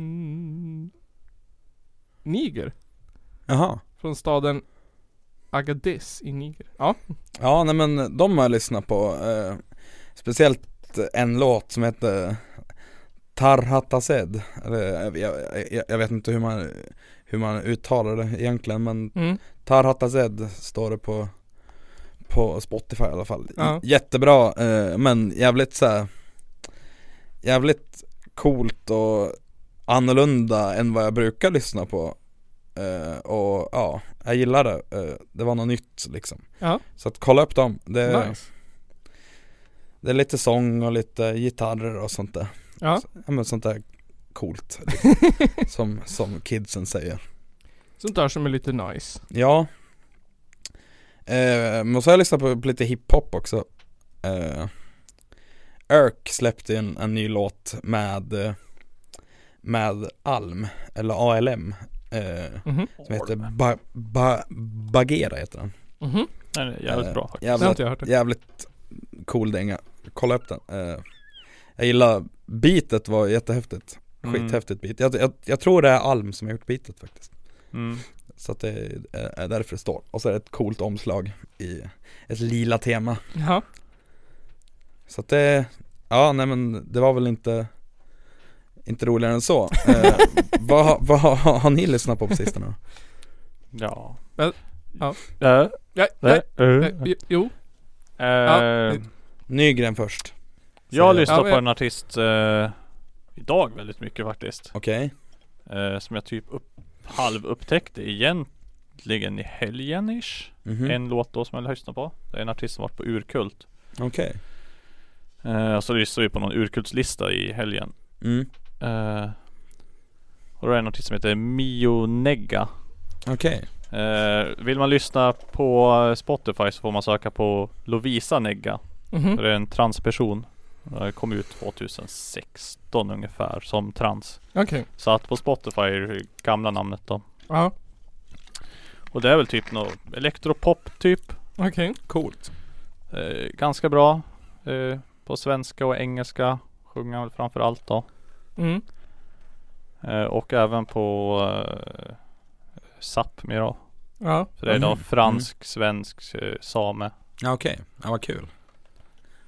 Niger. Jaha Från staden Agadez i Niger. Ja. Ja nej men de har jag lyssnat på eh, Speciellt en låt som heter Tarhatased Eller, jag, jag, jag- jag vet inte hur man, hur man uttalar det egentligen men Mm. Tarhatased står det på På Spotify i alla fall Ja. J- Jättebra eh, men jävligt så här, Jävligt coolt och annorlunda än vad jag brukar lyssna på eh, Och ja, jag gillar det eh, Det var något nytt liksom Ja. Så att kolla upp dem det, Nice. det är lite sång och lite gitarrer och sånt där Ja. Ja men sånt där coolt liksom. som, som kidsen säger Sånt där som är lite nice. Ja eh, Men så har jag lyssnat på lite hiphop också eh, Erk släppte ju en, en ny låt med eh, Med ALM Eller ALM eh, Mhm. Som heter ba, ba, Bagheera heter den Mhm. Den är jävligt Eh, bra faktiskt. Det har Jävla inte jag hört. det. Jävligt cool dänga. Kolla upp den. Eh, jag gillar, beatet var jättehäftigt. Mm. Skithäftigt beat. Jag, jag, jag tror det är Alm som har gjort beatet faktiskt. Mm. Så att det är är därför det står. Och så är det ett coolt omslag i ett lila tema. Ja. Så att det, ja nej men det var väl inte inte roligare än så. Eh, vad, har- vad har, har ni lyssnat på på sistone? Ja. Men- ja. Äh, Ja, äh, nej, äh. nej, jo, jo. Eh, Ja. Nygren först. jag Säger- lyssnar Ja, på men- en artist eh, idag väldigt mycket faktiskt. Okej, Eh, som jag typ upp, halvupptäckte egentligen i helgen ish. mhm, En låt då som jag lyssnade på. Det är en artist som varit på Urkult. okej. Eh, och så lyssnade vi på någon Urkultslista i helgen. Mm. Eh, och då är det en artist som heter Mio Negga. Okej, Eh, vill man lyssna på Spotify så får man söka på Lovisa Negga. Mhm. Det är en transperson. Eh, Kom ut 2016 ungefär som trans. Okej. Så att på Spotify är det gamla namnet då. Ja. Och det är väl typ något elektropop typ. Okej. coolt. Eh, ganska bra. Eh, på svenska och engelska. Sjunger han väl framför allt då. Mm. Eh, och även på eh, SAP mer då. Ja. För det är då Mhm. fransk, Mm. svensk, eh, same. Ja okej, ja, vad kul.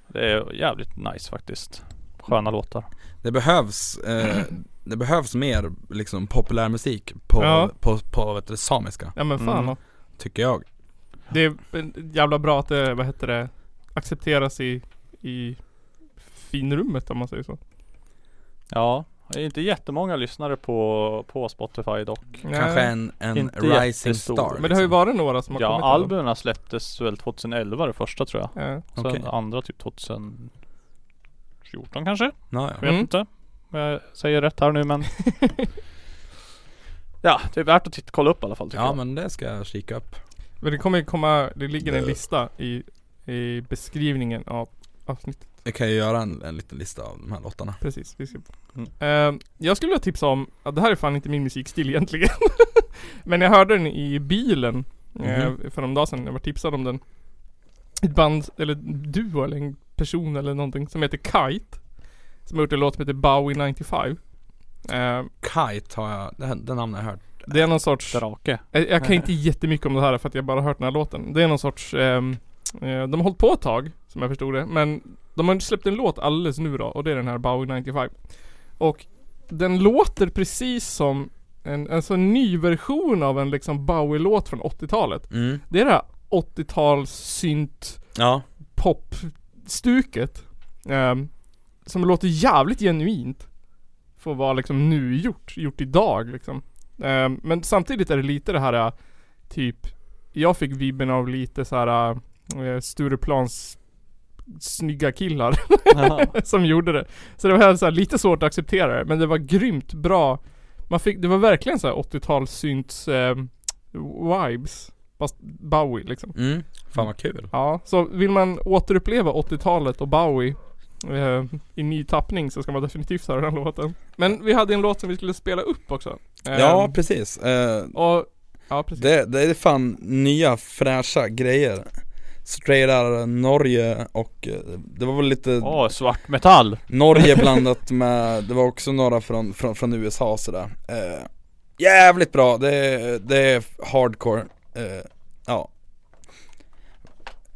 Det är jävligt nice faktiskt. Sköna låtar. Det behövs, eh, det behövs mer liksom populärmusik på, Ja. på, på vet du, samiska, Ja men fan. Mm. då. tycker jag. Det är en jävla bra att det, vad heter det, accepteras i, i finrummet om man säger så. Ja. Det är inte jättemånga lyssnare på, på Spotify dock. Kanske en, en Inte rising jättestor. star. Men det har ju liksom. varit några som har Ja, kommit. albumen släpptes väl 2011 det första tror jag. Ja. Sen Okej. andra typ 2014 kanske? Ja, Jag ja. vet Mm. inte. om Jag säger rätt här nu men. ja, det är värt att titta, kolla upp i alla fall tycker ja jag. men det ska jag kika upp. Men det kommer ju komma, det ligger en Bö. lista i, i beskrivningen av avsnittet. Jag kan ju göra en, en liten lista av de här låtarna. Precis, vi ska. Mm. Ehm, jag skulle vilja tipsa om, ja, det här är fan inte min musikstil egentligen. Men jag hörde den i bilen Mhm. eh, för någon dag sedan, jag var tipsad om den. Ett band, eller en duo eller en person eller någonting som heter Kite. Som har gjort en låt som heter Bowie 95. Ehm, Kite har jag, det, här- det namnet har jag hört. det är någon sorts Drake. jag, Eh, jag kan inte jättemycket om det här för att jag bara hört den här låten. Det är någon sorts, ehm, eh, de har hållit på ett tag, som jag förstod det. Men de har släppt en låt alldeles nu då och det är den här Bowie 95. Och den låter precis som en, alltså en ny version av en liksom Bowie-låt från 80-talet. Mm. Det är det här 80-tals synt Ja, popstuket. ehm, som låter jävligt genuint. Får vara liksom nu gjort, gjort idag liksom. Ehm, men samtidigt är det lite det här eh, typ, jag fick vibben av lite så här eh, Stureplans snygga killar som gjorde det. Så det var så här, lite svårt att acceptera det, men det var grymt bra. Man fick, det var verkligen så här 80-tals synts ehm, vibes. Fast Bowie liksom. mm. fan vad kul. Ja, så vill man återuppleva 80-talet och Bowie eh, i ny tappning så ska man definitivt höra den låten. Men vi hade en låt som vi skulle spela upp också. Eh, Ja precis, eh, och, ja precis. det, det är fan nya fräscha grejer. Straight out Norge och eh, det var väl lite Åh, svart metall. Norge blandat med, det var också några från, från, från USA och sådär eh, Jävligt bra, det, är- det är hardcore, eh, ja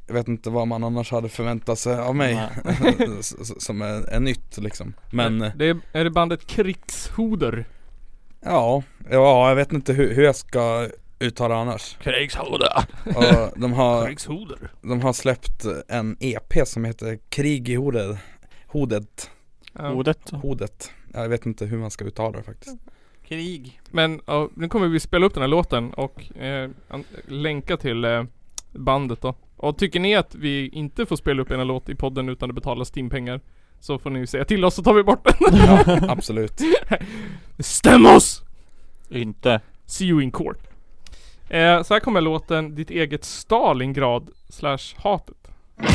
Jag vet inte vad man annars hade förväntat sig av mig Nej. s- s- Som är, är nytt liksom Men eh, Det är, är det bandet Krigshoder? ja, ja jag vet inte hur, hur jag ska uttala annars Krigshoder. och de, har, Krigshoder. de har släppt en EP som heter Krig i hodet Hodet, Ja. Ordet. hodet Jag vet inte hur man ska uttala det faktiskt Krig. Men ja, nu kommer vi spela upp den här låten och eh, an- länka till eh, bandet då. Och tycker ni att vi inte får spela upp en låt i podden utan det betalas timpengar så får ni ju säga till oss så tar vi bort den. Ja, absolut Stäm oss! Inte. See you in court. Eh, så här kommer låten Ditt eget Stalingrad slash hatet. Ditt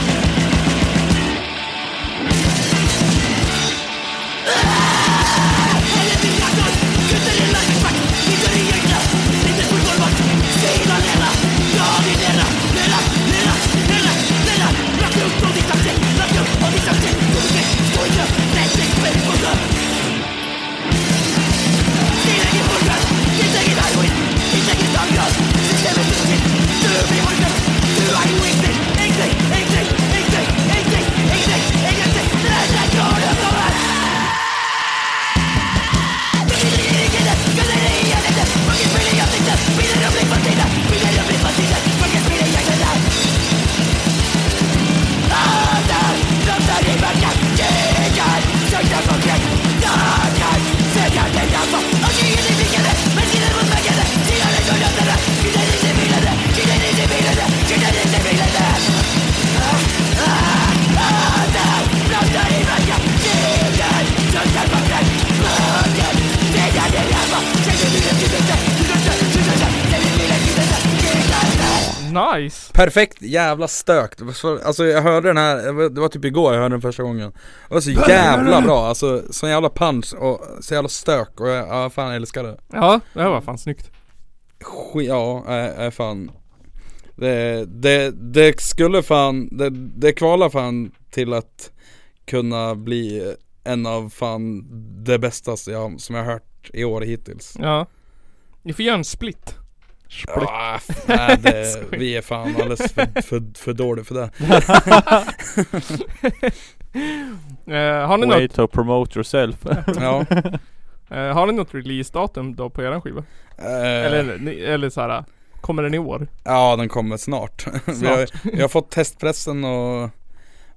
bajs. Perfekt jävla stök. Det var så- Alltså jag hörde den här, det var- det var typ igår jag hörde den första gången. Det var så jävla bra, alltså sån jävla punch och så jävla stök och jag, ja, fan jag älskar det. Ja, det här var fan snyggt. Sk- ja, äh, äh, fan. Det, det, det skulle fan, det, det kvalar fan till att kunna bli en av fan det bästa jag, som jag har hört i år hittills. Ja. Ni får göra en split. Ah, f- nej, det, vi är fan alldeles för, för, för dåliga för det. Eh, har, ni något, Way to promote yourself. Ja. eh, har ni något releasedatum då på eran skiva? Eh, Eller, ni- eller såhär, kommer den i år? Ja den kommer snart. Vi, har, Snart. vi har fått testpressen och,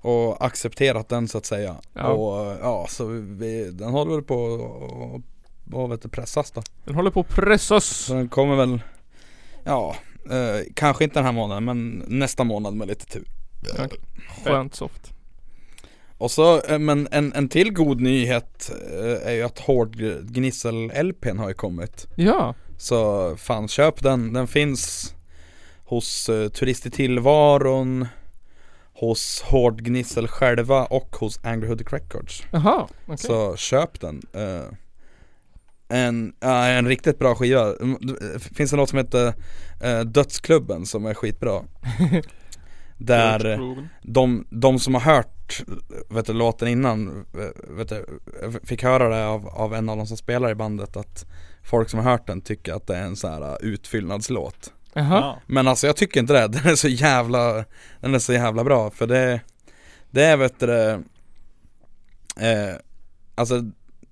och accepterat den så att säga. Ja. Och ja, så vi, den håller väl på och, och, och vet du, pressas då. Den håller på att pressas. Så den kommer väl, ja, eh, kanske inte den här månaden men nästa månad med lite tur. Skönt soft. Och så, eh, men en, en till god nyhet eh, är ju att Hårdgnissel-LPn har ju kommit. Ja. Så fan köp den, den finns hos eh, Turist i tillvaron Hos Hårdgnissel själva och hos Angry Hood Records Jaha, okej. Så köp den eh. en, ja, en riktigt bra skiva, Mm, det finns en låt som heter eh, Dödsklubben som är skitbra Där eh, de, de som har hört vet du, låten innan vet du, fick höra det av, av en av de som spelar i bandet att folk som har hört den tycker att det är en så här uh, utfyllnadslåt. Jaha. Ja. Men alltså jag tycker inte det, den är så jävla, den är så jävla bra för det, det är vet du, det, eh, alltså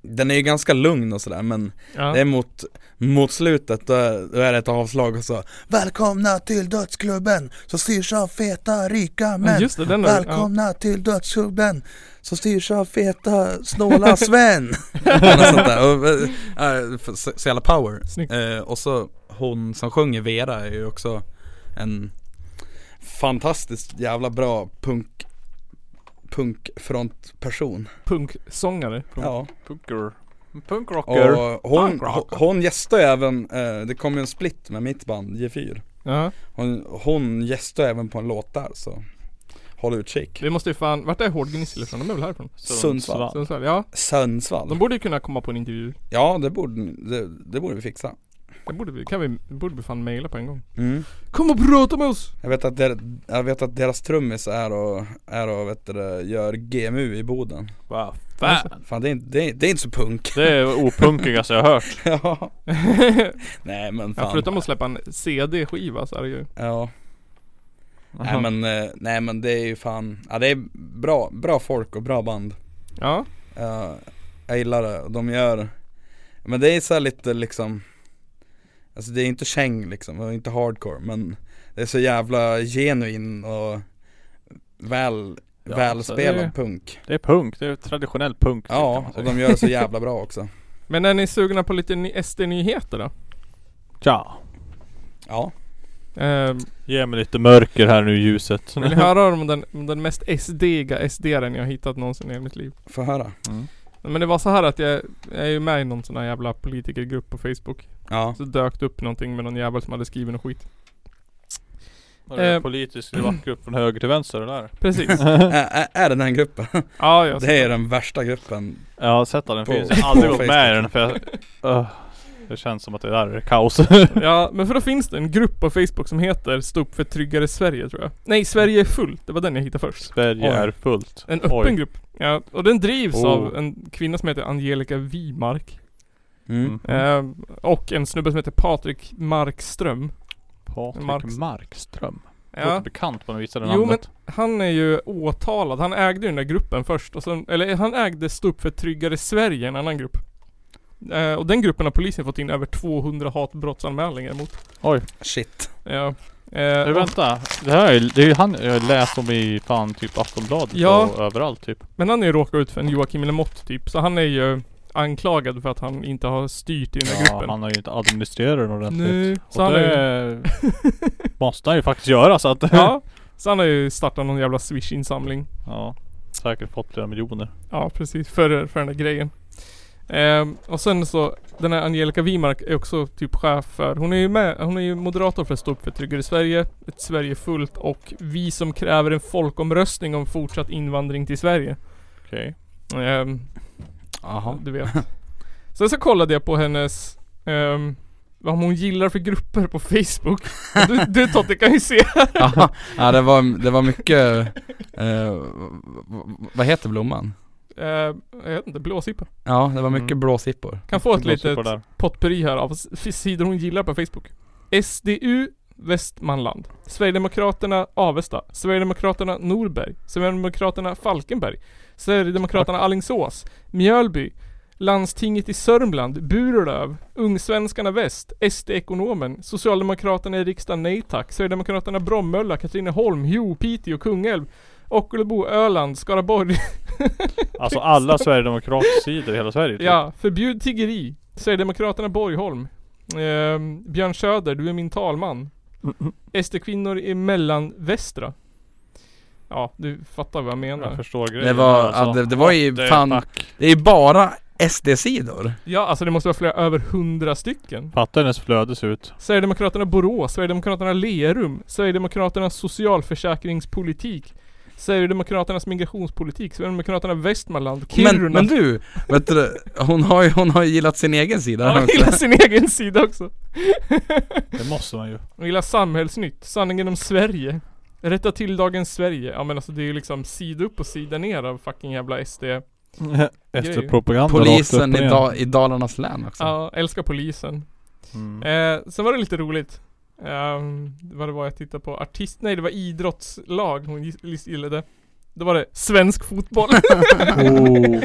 den är ju ganska lugn och sådär men Ja. det är mot, mot slutet då är, då är det ett avslag och så Välkomna till dödsklubben som styrs av feta rika Ja, män Just det, den är, ja. Välkomna till dödsklubben som styrs av feta snåla Sven Eller sånt där. Och, eh, eh, för- Så så jävla power Snyggt. Eh, Och så hon som sjunger Vera är ju också en fantastiskt jävla bra punk punkfrontperson Punksångare. Ja Punker. Punkrocker. och hon, Punkrock. hon gästar ju även, eh, det kom ju en split med mitt band G4 Ja. Hon, hon gästar även på en låt där så håll utkik Vi måste ju fan, vart är Hårdgnissel ifrån? De är väl härifrån? Sundsvall. Sundsvall, ja. Sundsvall De borde ju kunna komma på en intervju. Ja det borde, ni- det, det borde vi fixa Det borde vi, kan vi, borde vi fan mejla på en gång. mm. Kom och prata med oss! jag, vet att der, jag vet att deras trummis är och, är och vet du, det, gör GMU i Boden Vad Alltså. fan. Fan det är, inte- det är, det är inte så punk Det är det opunkigaste jag har hört. ja. Nej men ja, fan förutom att släppa en CD-skiva så är det ju. Ja, nej men, eh, nej men det är ju fan, ja det är bra, bra folk och bra band Ja. Ja, jag gillar det, de gör Men det är så här lite liksom Alltså det är inte käng liksom, och inte hardcore men Det är så jävla genuin och väl, Ja, välspelad så det- punk Det är punk. Det är traditionell punk. typ, kan Ja, man och säga. de gör det så jävla bra också Men är ni sugna på lite ny- SD-nyheter då? Tja. Ja, Ehm, Ge mig lite mörker här nu i ljuset. vill ni höra om den, om den mest SD-iga SD-aren jag hittat någonsin i hela mitt liv? få höra Mm. Men det var så här att jag, jag är ju med i någon sån här jävla politikergrupp på Facebook. Ja, Så dök det upp någonting med någon jävel som hade skrivit något skit. Var det Eh. en politisk debattgrupp från höger till vänster eller? Precis. är, är- är det den gruppen? ja, jag Det är den värsta gruppen Jag har sett att den På- finns. Jag har aldrig på gått med i Facebook. den för jag... Öh, det känns som att det där är kaos. Ja, men för då finns det en grupp på Facebook som heter Stå upp för ett tryggare Sverige tror jag. Nej, Sverige är fullt. Det var den jag hittade först. Sverige Oj. är fullt. En öppen Oj. grupp. Ja, och den drivs Oh. av en kvinna som heter Angelica Wimark. mm. Eh, och en snubbe som heter Patrik Markström. Patrik Marks- Markström. Ja, Låter bekant på något vis det Jo, namnet. han är ju åtalad. Han ägde ju den där gruppen först. Och sen, eller han ägde Stå upp för ett tryggare Sverige, en annan grupp. Eh, och den gruppen har polisen fått in över 200 hatbrottsanmälningar mot. Oj. Shit Ja. Du, Eh, och, vänta. Det här är, det är ju han jag har läst om i fan typ Aftonbladet Ja. och överallt typ. Men han är ju råkat ut för en Joakim Lemotte typ, så han är ju anklagad för att han inte har styrt i den här Ja, gruppen. han har ju inte administrerat den ordentligt. Nej, Och så han är ju, det måste han ju faktiskt göra så att... ja, så han har ju startat någon jävla swish-insamling. ja. Säkert fått flera miljoner. Ja precis, för, för den där grejen. Ehm, och sen så, den här Angelica Wimark är också typ chef för, hon är ju med, hon är ju moderator för Stå upp för ett tryggare Sverige, ett Sverige fullt och vi som kräver en folkomröstning om fortsatt invandring till Sverige. Okej. Ehm, Jaha. du vet. Sen så kollade jag på hennes ehm, vad hon gillar för grupper på Facebook. Och Du, du Totte kan ju se. Ja, ja, det var, det var mycket, eh, v- vad heter blomman? Ehm, jag vet inte, blåsippa. Ja, det var mycket Mm. blåsippor. Kan få ett Blåser litet på där. potpurri här av s- sidor hon gillar på Facebook. SDU Västmanland. Sverigedemokraterna Avesta. Sverigedemokraterna Norberg. Sverigedemokraterna Falkenberg. Sverigedemokraterna Alingsås. Mjölby. Landstinget i Sörmland, Burlöv, Ungsvenskarna Väst, SD-ekonomen, Socialdemokraterna i riksdagen Nej tack, Sverigedemokraterna Bromölla, Katrineholm, Hjo, Piteå, Kungälv, Ockelbo, Öland, Skaraborg, Alltså alla Sverigedemokratsidor i hela Sverige typ. Ja, förbjud tiggeri. Sverigedemokraterna Borgholm. Ehm, Björn Söder, du är min talman. SD-kvinnor i mellanvästra. Ja, du fattar vad jag menar. Jag förstår grejen Det var, alltså. ja, det, det var ju Det är fan, Fuck. det är ju bara SD-sidor. Ja, alltså det måste vara flera över hundra stycken. Fattar hennes flöde ser ut. Sverigedemokraterna Borås, Sverigedemokraterna Lerum, Sverigedemokraternas socialförsäkringspolitik, Sverigedemokraternas migrationspolitik, Sverigedemokraterna Västmanland, Kiruna. Men, men du, vet du, hon har ju, hon har ju gillat sin egen sida Ja, också. gillar sin egen sida också. Det måste man ju. De gillar samhällsnytt, sanningen om Sverige. Rätta till dagens Sverige. Ja men alltså det är ju liksom sida upp och sida ner av fucking jävla SD. Efter propaganda Polisen i, da, i Dalarnas län också. Ja, älskar polisen. Mm. Eh, sen var det lite roligt. Ehm, vad det var jag tittade på. Artist, nej det var idrottslag hon gis- gillade. Då var det svensk fotboll. Oh.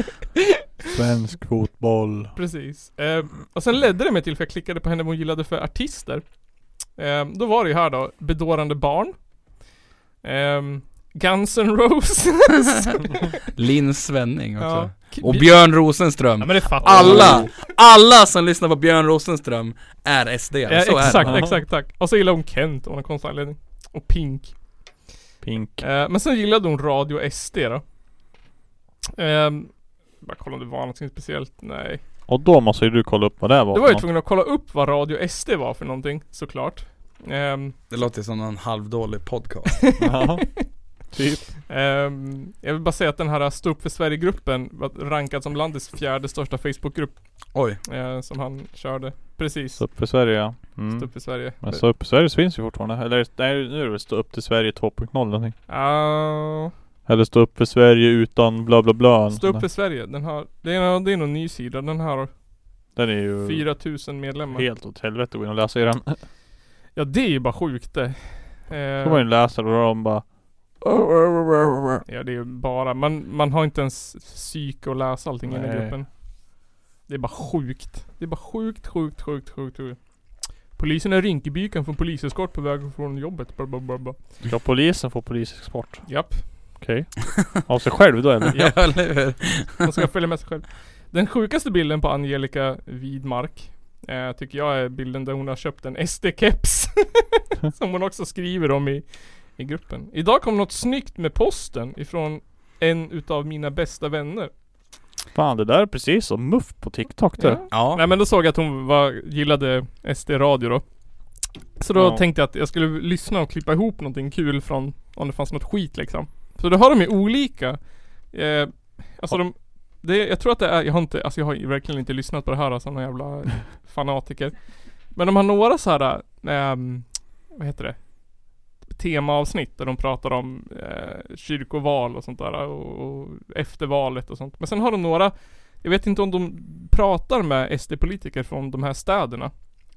Svensk fotboll. Precis. Ehm, och sen ledde det mig till, för jag klickade på henne vad hon gillade för artister. Ehm, då var det ju här då, Bedårande barn. Ehm, Guns N' Roses. Linn Svenning också. Ja. K- Och vi- Björn Rosenström. Ja men det fattar Alla, Oh. alla som lyssnar på Björn Rosenström är SD, jag. Ja, så är exakt, det. Jaha. exakt, tack. Och så gillar hon Kent av någon konstig anledning. Och Pink. Pink. Eh, men sen gillade hon Radio SD då. Eh, bara kolla om det var någonting speciellt. Nej. Och då måste ju du kolla upp vad det var Då för var jag något. tvungen att kolla upp vad Radio SD var för någonting, såklart. Ehm, Det låter som en halvdålig podcast. Jaha. Typ. ehm, jag vill bara säga att den här Stå upp för Sverige-gruppen var rankad som landets fjärde största Facebookgrupp Oj, eh, som han körde. Precis. Stå upp för Sverige ja. Stå Mm. upp för Sverige. Men stå upp för Sverige finns ju fortfarande. Eller nej nu är det väl stå upp till Sverige 2.0 någonting. Ah. Eller stå upp för Sverige utan bla bla bla. eller Stå upp för sånt Sverige, den har, det är, någon- det är någon ny sida, den har där. Den är ju 4000 medlemmar. helt åt helvete att gå in och läsa i den. Ja det är ju bara sjukt det. Eh, Då var ju en läsare och de bara Eh, ja det är ju bara, man, man har inte ens psyk att läsa allting i den här Nej. gruppen. Det är bara sjukt. Det är bara sjukt, sjukt, sjukt, sjukt. sjukt. Polisen i Rinkeby kan få poliseskort på väg från jobbet. Bla, bla, bla, bla. Ska polisen få polisexport? Japp. Okej. Av sig själv då eller? ja, eller hur? Man ska följa med sig själv. Den sjukaste bilden på Angelica Widmark eh, tycker jag är bilden där hon har köpt en SD-keps. som hon också skriver om i, i gruppen. Idag kom något snyggt med posten ifrån en utav mina bästa vänner. Fan det där är precis som muff på TikTok det. Ja. Nej Ja, men då såg jag att hon var, gillade SD-radio då. Så då Ja. tänkte jag att jag skulle lyssna och klippa ihop någonting kul från om det fanns något skit liksom. Så då har de ju olika. Eh, alltså de, det, jag tror att det är, jag har inte, alltså jag har ju verkligen inte lyssnat på det här alltså, någon jävla fanatiker. Men de har några så här, ehm, vad heter det? Temaavsnitt där de pratar om eh, kyrkoval och sånt där och, och efter valet och sånt. Men sen har de några jag vet inte om de pratar med SD-politiker från de här städerna.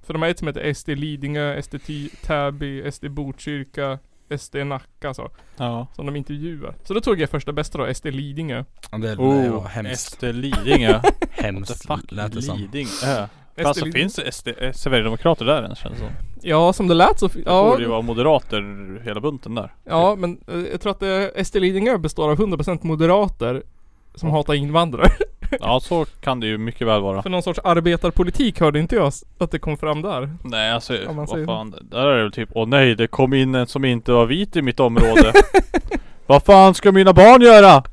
För de har ett som heter SD Lidingö, SD Ty- Täby, SD Botkyrka, SD Nacka så. Ja. Som de intervjuar. Så då tog jag första bästa då, SD Lidingö. det, det var Oh, hemskt. SD Lidingö. The Hemskt fuck lät det som. Lidingö. SD Fast Lid- så finns det SD, eh, Sverigedemokrater där ens känns det som. Ja, som det lät så... Det borde ju Ja, vara moderater hela bunten där. ja men eh, jag tror att eh, SD Lidingö består av 100% moderater som hatar invandrare. Ja så kan det ju mycket väl vara. För någon sorts arbetarpolitik hörde inte jag s- att det kom fram där. Nej alltså man vad säger så. fan. Där är det väl typ Åh nej det kom in en som inte var vit i mitt område. vad fan ska mina barn göra?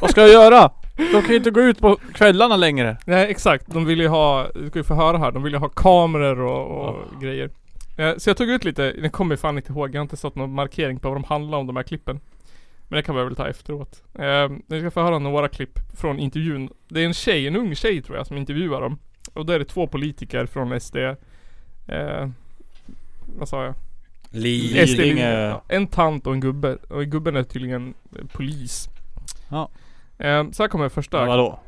Vad ska jag göra? De kan ju inte gå ut på kvällarna längre. Nej exakt, de vill ju ha, du ska ju få höra här, de vill ju ha kameror och, och grejer. Eh, Så jag tog ut lite, jag kommer fan inte ihåg, jag har inte satt någon markering på vad de handlar om de här klippen. Men det kan vi väl ta efteråt. Eh, Ni ska få höra några klipp från intervjun. Det är en tjej, en ung tjej tror jag, som intervjuar dem. Och då är det två politiker från SD. Eh, vad sa jag? Li- Lidingö. SD Ja, En tant och en gubbe. Och gubben är tydligen eh, polis. Ja. Eh, Så här kommer första. Vadå?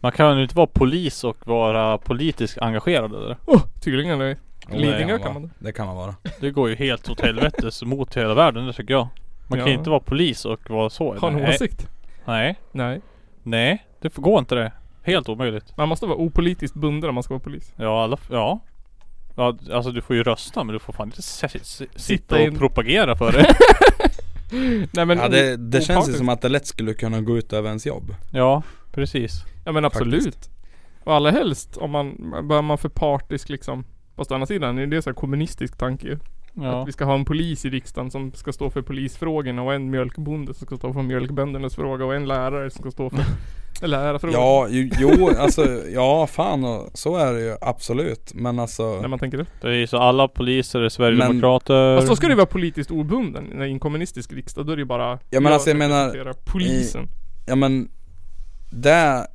Man kan ju inte vara polis och vara politiskt engagerad eller? Oh, tydligen är det. Oh, Lidingö det kan man det. Det kan man vara. Det går ju helt åt helvetes mot hela världen det tycker jag. Man kan Ja. ju inte vara polis och vara så. Ha en Nej. åsikt. Nej. Nej. Nej. Det får- går inte det. Helt omöjligt. Man måste vara opolitiskt bunden om man ska vara polis. Ja, alla, ja. ja. Alltså du får ju rösta men du får fan inte s- s- sitta i en- och propagera för det. Nej men, ja, det det känns ju opartiskt. som att det lätt skulle kunna gå ut över ens jobb. ja, precis. ja, men absolut. Och allra helst om man, börjar man för partisk liksom. Fast å andra sidan är det en sån här kommunistisk tanke ju. Ja. Att vi ska ha en polis i riksdagen som ska stå för polisfrågorna och en mjölkbonde som ska stå för mjölkböndernas fråga och en lärare som ska stå för lärarfrågan. Ja, ju- jo alltså, ja fan och så är det ju absolut. Men alltså När man tänker det. Det är ju så alla poliser är sverigedemokrater. Fast då ska du vara politiskt obunden. I en kommunistisk riksdag då är det ju bara Ja, men alltså, jag menar- representerar Polisen. ja men det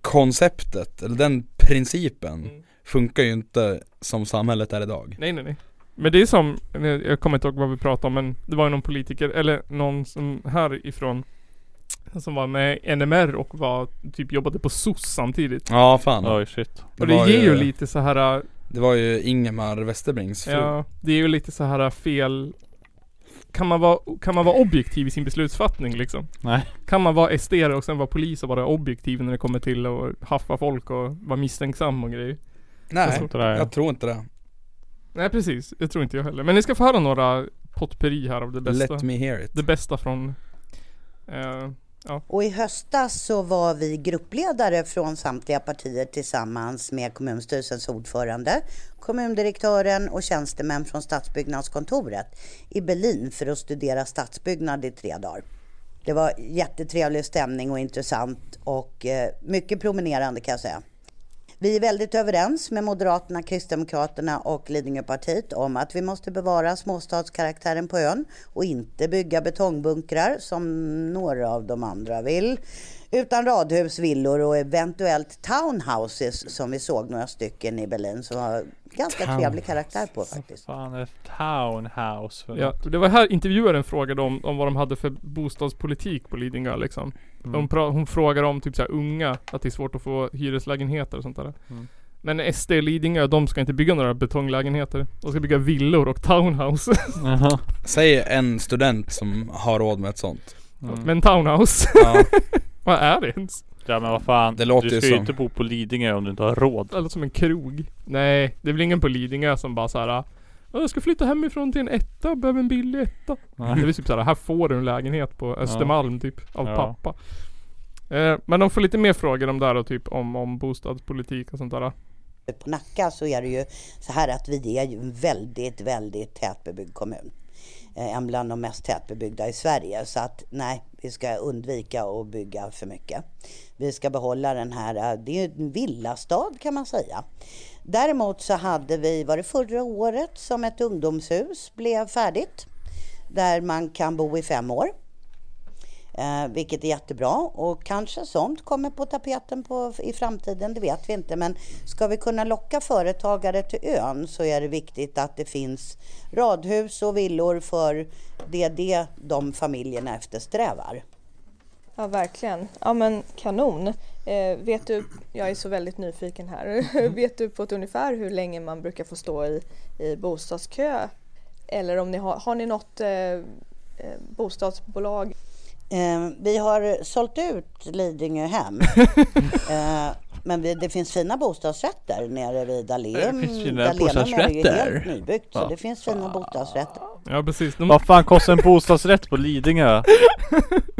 konceptet, eller den principen Mm. funkar ju inte som samhället är idag. Nej nej nej. Men det är som, jag kommer inte ihåg vad vi pratade om men det var ju någon politiker, eller någon som härifrån som var med i NMR och var, typ jobbade på SOS samtidigt. Ja fan. Oj shit. och det var ger ju lite så här eh, Det var ju Ingemar Westerbrings fru. ja, det är ju lite så här fel kan man, vara, kan man vara objektiv i sin beslutsfattning liksom? Nej. Kan man vara sd och sen vara polis och vara objektiv när det kommer till att haffa folk och vara misstänksam och grejer? Nej, Jag tror det är- jag tror inte det. Nej precis, jag tror inte jag heller. Men ni ska få höra några potpurri här av det bästa. Let me hear it. Det bästa från... Eh, Och i höstas så var vi gruppledare från samtliga partier tillsammans med kommunstyrelsens ordförande, kommundirektören och tjänstemän från stadsbyggnadskontoret i Berlin för att studera stadsbyggnad i tre dagar. Det var jättetrevlig stämning och intressant och eh, mycket promenerande kan jag säga. Vi är väldigt överens med Moderaterna, Kristdemokraterna och Lidingöpartiet om att vi måste bevara småstadskaraktären på ön och inte bygga betongbunkrar som några av de andra vill. Utan radhus, villor och eventuellt townhouses som vi såg några stycken i Berlin som har ganska trevlig karaktär på faktiskt. Fan är det townhouse för ja, det var här intervjuaren frågade om, om vad de hade för bostadspolitik på Lidingö liksom. Mm. Hon, pra, hon frågade om typ så här unga, att det är svårt att få hyreslägenheter och sånt där. Mm. Men SD i Lidingö, de ska inte bygga några betonglägenheter. De ska bygga villor och townhouse. Jaha. Säg en student som har råd med ett sånt. Mm. Men townhouse, Ja, vad är det ens? Ja men vad fan. Det låter du ju ska ju som. inte bo på Lidingö om du inte har råd. Det låter som en krog. Nej, det är väl ingen på Lidingö som bara såhär "Ja, jag ska flytta hemifrån till en etta, behöver en billig etta. Det är väl typ såhär, här får du en lägenhet på Östermalm typ, av Ja. pappa. Eh, men de får lite mer frågor om där och typ om, om bostadspolitik och sånt där. På Nacka så är det ju så här att vi är ju en väldigt, väldigt tätbebyggd kommun. Eh, En bland de mest tätbebyggda i Sverige. Så att nej, vi ska undvika att bygga för mycket. Vi ska behålla den här, eh, det är ju en villastad kan man säga. Däremot så hade vi, var det förra året, som ett ungdomshus blev färdigt. Där man kan bo i fem år. Eh, vilket är jättebra och kanske sånt kommer på tapeten på, i framtiden, det vet vi inte. Men ska vi kunna locka företagare till ön så är det viktigt att det finns radhus och villor för det är det de familjerna eftersträvar. Ja, verkligen. Ja, men kanon. Eh, vet du, jag är så väldigt nyfiken här. vet du på ett ungefär hur länge man brukar få stå i, i bostadskö? Eller om ni har, har ni något eh, eh, bostadsbolag? Eh, vi har sålt ut Lidingöhem. eh, men vi, det finns fina bostadsrätter nere vid Dahlén. Det finns fina Dahlénum är ju helt bostadsrätter. nybyggt så Ja. det finns fina bostadsrätter. Ja precis. De, Vad fan kostar en bostadsrätt på Lidingö?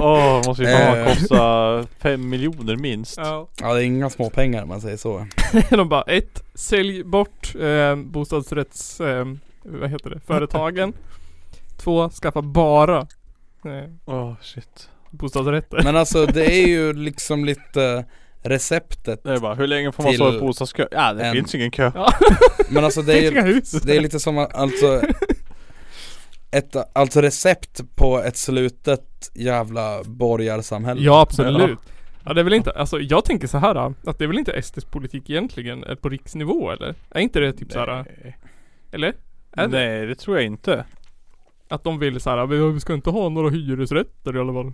Åh, måste ju fan Eh. kosta 5 miljoner minst. ja. ja det är inga små pengar om man säger så. de bara, ett, sälj bort eh, bostadsrätts, eh, vad heter det, företagen. Två, skaffa bara eh, Åh shit. bostadsrätter. Men alltså det är ju liksom lite receptet Det är bara, hur länge får man stå i Till bostadskö? Ja det en- finns ingen kö. Men alltså det är Finns ju inga hus. Det är lite som att, alltså ett, alltså recept på ett slutet jävla borgarsamhälle Ja absolut. Ja det är väl inte, alltså jag tänker så här då, att det är väl inte SDs politik egentligen eh, på riksnivå eller? Är inte det typ så här, Nej. eller? Är det? Nej det tror jag inte. Att de vill så här, "Vi- vi ska inte ha några hyresrätter i alla fall.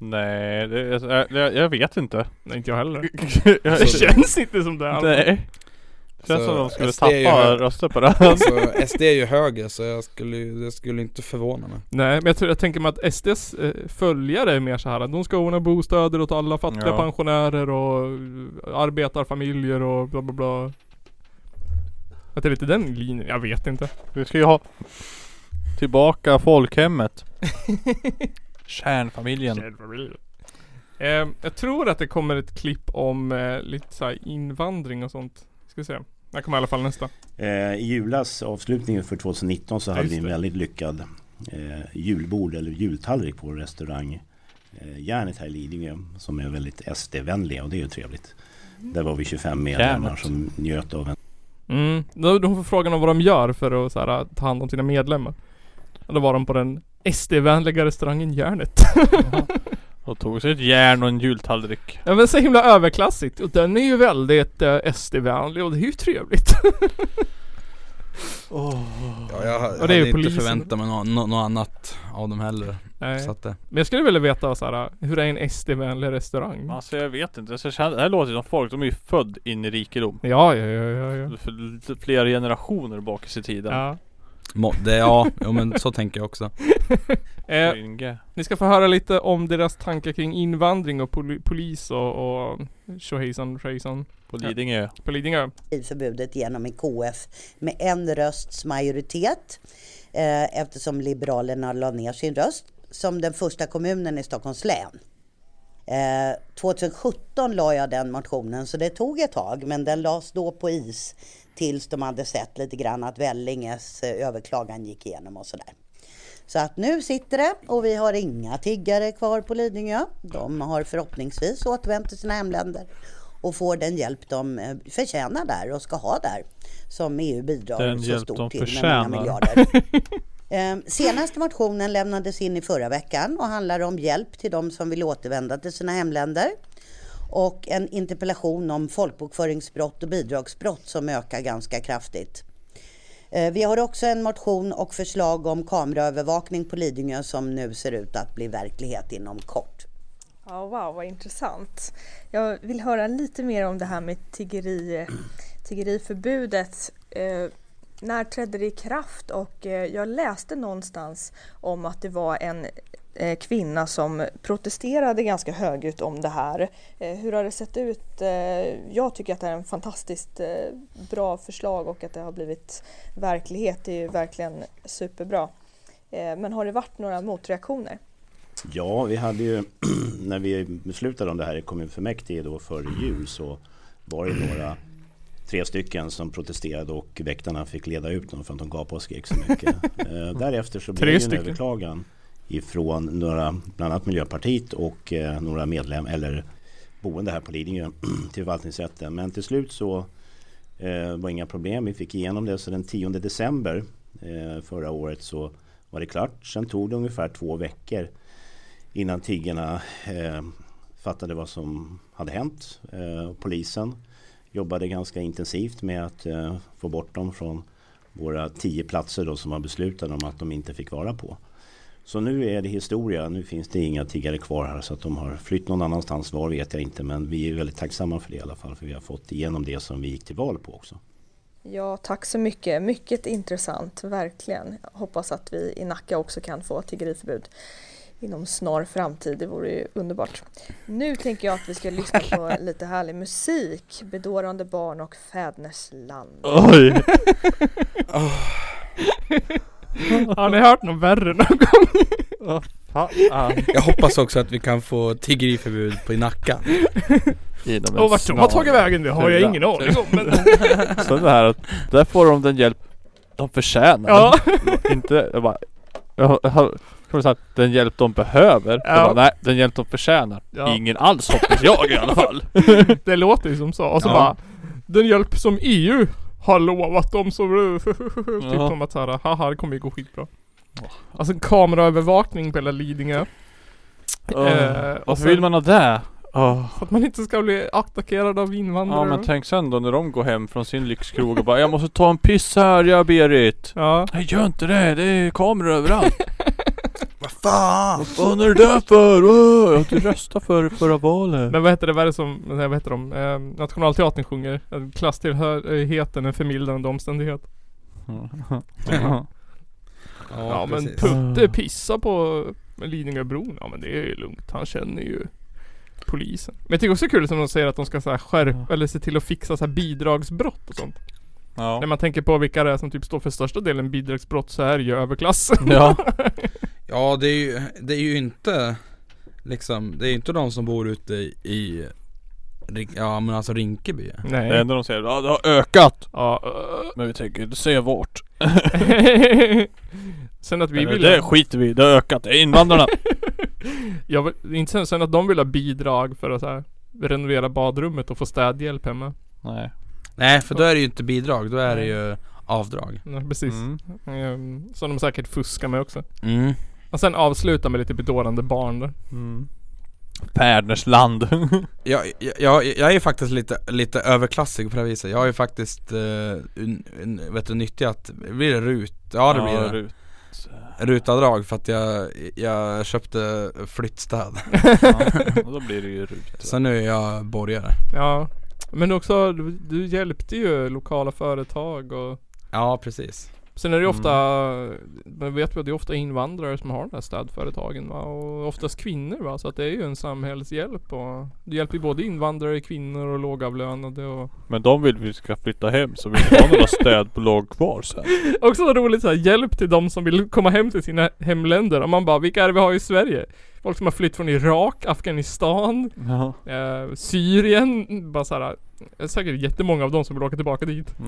Nej, det, alltså, jag, jag, jag vet inte. Nej inte jag heller. jag, Det känns inte som det. alls. nej. Känns Så som de skulle SD är ju tappa hög. röster på det. Alltså SD är ju höger så jag skulle, ju- det skulle inte förvåna mig Nej men jag, tror, jag tänker mig att SDs eh, följare är mer så här att de ska ordna bostäder åt alla fattiga Ja. pensionärer och eh, arbetarfamiljer och bla bla bla. Att det är lite den linjen, jag vet inte. Vi ska ju ha tillbaka folkhemmet. Kärnfamiljen. Eh, jag tror att det kommer ett klipp om eh, lite så här invandring och sånt. Ska vi se. Här kommer i alla fall nästa. Eh, I julas avslutningen för 2019 så Ja, hade just vi en det. väldigt lyckad eh, julbord eller jultallrik på restaurang eh, Järnet här i Lidingö som är väldigt SD-vänliga och det är ju trevligt. Där var vi 25 medlemmar Järnet. som njöt av en Mm. Då, då får frågan om vad de gör för att så här, äh, ta hand om sina medlemmar. Och då var de på den SD-vänliga restaurangen Järnet. Och tog sig ett järn och en jultallrik. Ja men så himla överklassigt. Och den är ju väldigt eh, SD-vänlig och det är ju trevligt. ja, Jag, jag Och det är hade ju inte polisen. förväntat mig något nå, nå annat av dem heller Nej. så att det, Men jag skulle vilja veta så här, äh, hur är en SD-vänlig restaurang? Alltså jag vet inte. Jag känner, det här låter ju som folk, de är ju född in i rikedom. Ja, ja, ja, ja. ja. För Flera generationer bak i tiden. Mm. ja. må, det ja, jo, men så tänker jag också Eh, Inge. Ni ska få höra lite om deras tankar kring invandring och poli- polis och, och tjohejsan tjohejsan På Lidingö. på Lidingö. förbudet genom i KF med en rösts majoritet eh, eftersom Liberalerna la ner sin röst som den första kommunen i Stockholms län. Eh, 2017 la jag den motionen så det tog ett tag men den lades då på is tills de hade sett lite grann att Vellinges eh, överklagan gick igenom och sådär. Så att nu sitter det och vi har inga tiggare kvar på Lidingö. De har förhoppningsvis återvänt till sina hemländer och får den hjälp de eh, förtjänar där och ska ha där. Som EU bidrar Den så hjälp stort de till med många förtjänar. miljarder. Ehm, Senaste motionen lämnades in i förra veckan och handlar om hjälp till de som vill återvända till sina hemländer. Och en interpellation om folkbokföringsbrott och bidragsbrott som ökar ganska kraftigt. Eh, Vi har också en motion och förslag om kameraövervakning på Lidingö som nu ser ut att bli verklighet inom kort. Ja, wow, vad intressant. Jag vill höra lite mer om det här med tiggeri, tiggeriförbudet. Eh, när trädde det i kraft? Och eh, jag läste någonstans om att det var en eh, kvinna som protesterade ganska högljutt om det här. Eh, hur har det sett ut? Eh, jag tycker att det är en fantastiskt eh, bra förslag och att det har blivit verklighet. Det är ju verkligen superbra. Eh, men har det varit några motreaktioner? Ja, vi hade ju när vi beslutade om det här i kommunfullmäktige då före jul så var det några tre stycken som protesterade och väktarna fick leda ut dem för att de gapade och skrek så mycket. Eh, Därefter så blev Tre det ju en stycken. överklagan ifrån några, bland annat Miljöpartiet och eh, några medlem eller boende här på Lidingö till förvaltningsrätten. Men till slut så eh, var inga problem. Vi fick igenom det så den 10 december eh, förra året så var det klart. Sen tog det ungefär två veckor innan tiggarna eh, fattade vad som hade hänt. Eh, polisen jobbade ganska intensivt med att eh, få bort dem från våra tio platser då som man beslutade om att de inte fick vara på. Så nu är det historia. Nu finns det inga tiggare kvar här så att de har flytt någon annanstans. Var vet jag inte men vi är väldigt tacksamma för det i alla fall för vi har fått igenom det som vi gick till val på också. Ja, tack så mycket. Mycket intressant, verkligen. Jag hoppas att vi i Nacka också kan få tiggeriförbud inom snar framtid. Det vore ju underbart. Nu tänker jag att vi ska lyssna på lite härlig musik. Bedårande barn och fädernesland. Oj! Har ni hört något värre någon gång? Fan. Jag hoppas också att vi kan få tiggeriförbud på i Nacka Inom en Och vart de har snar tagit vägen det har jag framtid. ingen aning om. Men, Så det här att, där får de den hjälp de förtjänar. ja. Inte, jag bara, Jag, jag, har- jag säga, den hjälp de behöver. Ja. Jag Bara, nej, den hjälp de förtjänar. Ja. Ingen alls hoppas jag i alla fall. Det låter ju som så. Och så Ja. bara Den hjälp som EU har lovat dem så... typ Ja. som att såhär, haha det kommer ju gå skitbra. Alltså kameraövervakning på hela Lidingö. Åh, Eh, och Varför sen- vill man ha det? Åh. Så att man inte ska bli attackerad av invandrare. Ja men typ. tänk sen då när de går hem från sin lyxkrog och bara Jag måste ta en piss här jag Berit Ja. Nej gör inte det, det är kameror överallt Vad fan! Vad fan är det där för? Åh, jag har inte röstat för i förra valet Men vad heter det, vad är det som, nej, vad heter de? Eh, Nationalteatern sjunger eh, Klasstillhörigheten är förmildrande omständighet. Ja. Ja, Ja, men precis. Putte pissar på Lidingöbron, ja men det är ju lugnt. Han känner ju polisen. Men jag tycker också det är kul som de säger att de ska så här skärpa, eller se till att fixa så här bidragsbrott och sånt. När Ja. man tänker på vilka det är som typ står för största delen bidragsbrott så är det ju överklass. ja. Ja det är ju, det är ju inte liksom, det är ju inte de som bor ute i, i Rin- ja men alltså Rinkeby. Det Nej. enda de säger ja, det har ökat Ja. Men vi tänker inte säga vart eh. Sen att vi Eller, vill Det skiter vi i, det har ökat, det är invandrarna Jag vill, det är inte sen, sen att de vill ha bidrag för att så här, renovera badrummet och få städhjälp hemma. Nej Nej för då är det ju inte bidrag, då är det ju avdrag. Ja, precis. mm. Ehm, som de säkert fuskar med också. Mm. Och sen avsluta med lite bedårande barn där. Mm. Fädernesland Jag, jag, jag, jag är faktiskt lite, lite överklassig på det här viset. Jag har ju faktiskt, eh, un, un, vet du, nyttjat, blir det RUT? Ja det blir det. Rut. RUT-avdrag för att jag, jag köpte flyttstäd. Ja, och då blir det ju rut Så nu är jag borgare. Ja. Men också, du, du hjälpte ju lokala företag och Ja precis. Sen är det ju ofta, man vet ju att det är ofta invandrare som har de här städföretagen va? Och oftast kvinnor va? Så att det är ju en samhällshjälp och Det hjälper ju både invandrare, kvinnor och lågavlönade och Men de vill vi ska flytta hem så vi inte har några städbolag kvar sen. Också så roligt såhär, hjälp till de som vill komma hem till sina hemländer. Och man bara, vilka är det vi har i Sverige? Folk som har flytt från Irak, Afghanistan, Ja. eh, Syrien. Bara såhär, det är säkert jättemånga av dem som vill åka tillbaka dit.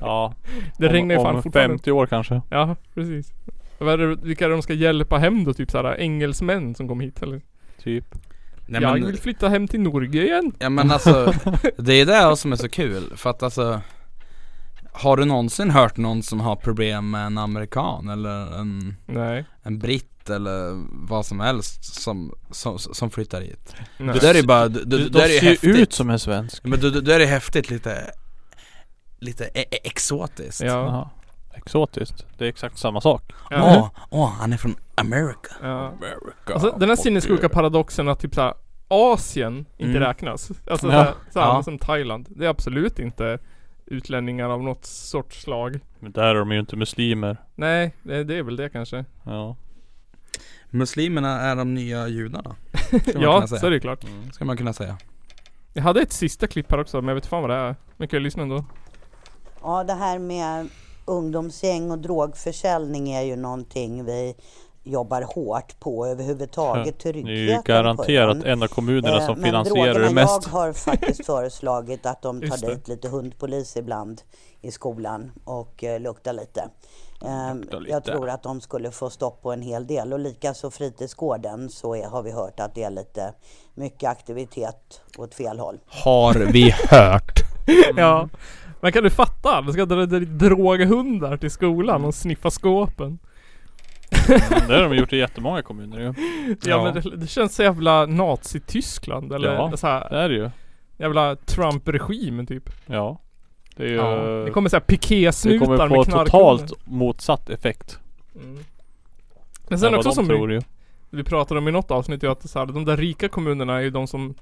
ja. Det om, regnar ju fan om fortfarande. 50 år kanske. Ja, precis. Vad är det, vilka är det de ska hjälpa hem då? Typ såhär engelsmän som kom hit eller? Typ. Nej, jag men- vill flytta hem till Norge igen. Ja men alltså, det är det som är så kul för att alltså Har du någonsin hört någon som har problem med en amerikan eller en, Nej. en britt eller vad som helst som, som, som flyttar hit? Nej. Det där är ju bara, det, det, De, det där är ju ser ju häftigt ut som en svensk. Men det, det där är häftigt lite Lite e- e- exotiskt Ja. Jaha. Exotiskt. Det är exakt samma sak. Åh, Ja. åh, han är från America ja. America. Alltså den här sinnessjuka paradoxen att typ såhär Asien inte Mm. räknas. Alltså Ja. såhär, såhär Ja. som Thailand. Det är absolut inte utlänningar av något sorts slag. Men där är de ju inte muslimer. Nej, det, det är väl det kanske. Ja. Muslimerna är de nya judarna Skulle man ja, kunna säga. så är det ju klart. Mm. Ska man kunna säga Jag hade ett sista klipp här också, men jag vet fan vad det är. Men kan jag lyssna ändå? Ja, det här med ungdomsgäng och drogförsäljning är ju någonting vi jobbar hårt på Ja, överhuvudtaget. Det är ju Tryggheten på garanterat ön. en av kommunerna Eh, som men finansierar det drogerna, mest. Jag har faktiskt föreslagit att de tar Just det. dit lite hundpolis ibland i skolan och eh, luktar lite. Eh, Luktar lite. Jag tror att de skulle få stopp på en hel del och likaså fritidsgården så är, har vi hört att det är lite mycket aktivitet åt fel håll. Har vi hört? Mm. Ja. Men kan du fatta? Du ska dra dit droghundar till skolan och sniffa skåpen. Mm. Det har de gjort i jättemånga kommuner ju. Ja, Ja. men det, det känns så jävla Nazityskland eller Ja. så här, Det är det ju. jävla Trump-regimen typ. Ja. Det är ju... Ja. Det kommer såhär pikésnutar det kommer med få knarkhundar. totalt motsatt effekt. Mm. Men sen än vad också de som tror vi, ju. vi pratade om i något avsnitt ju att så här, de där rika kommunerna är ju de som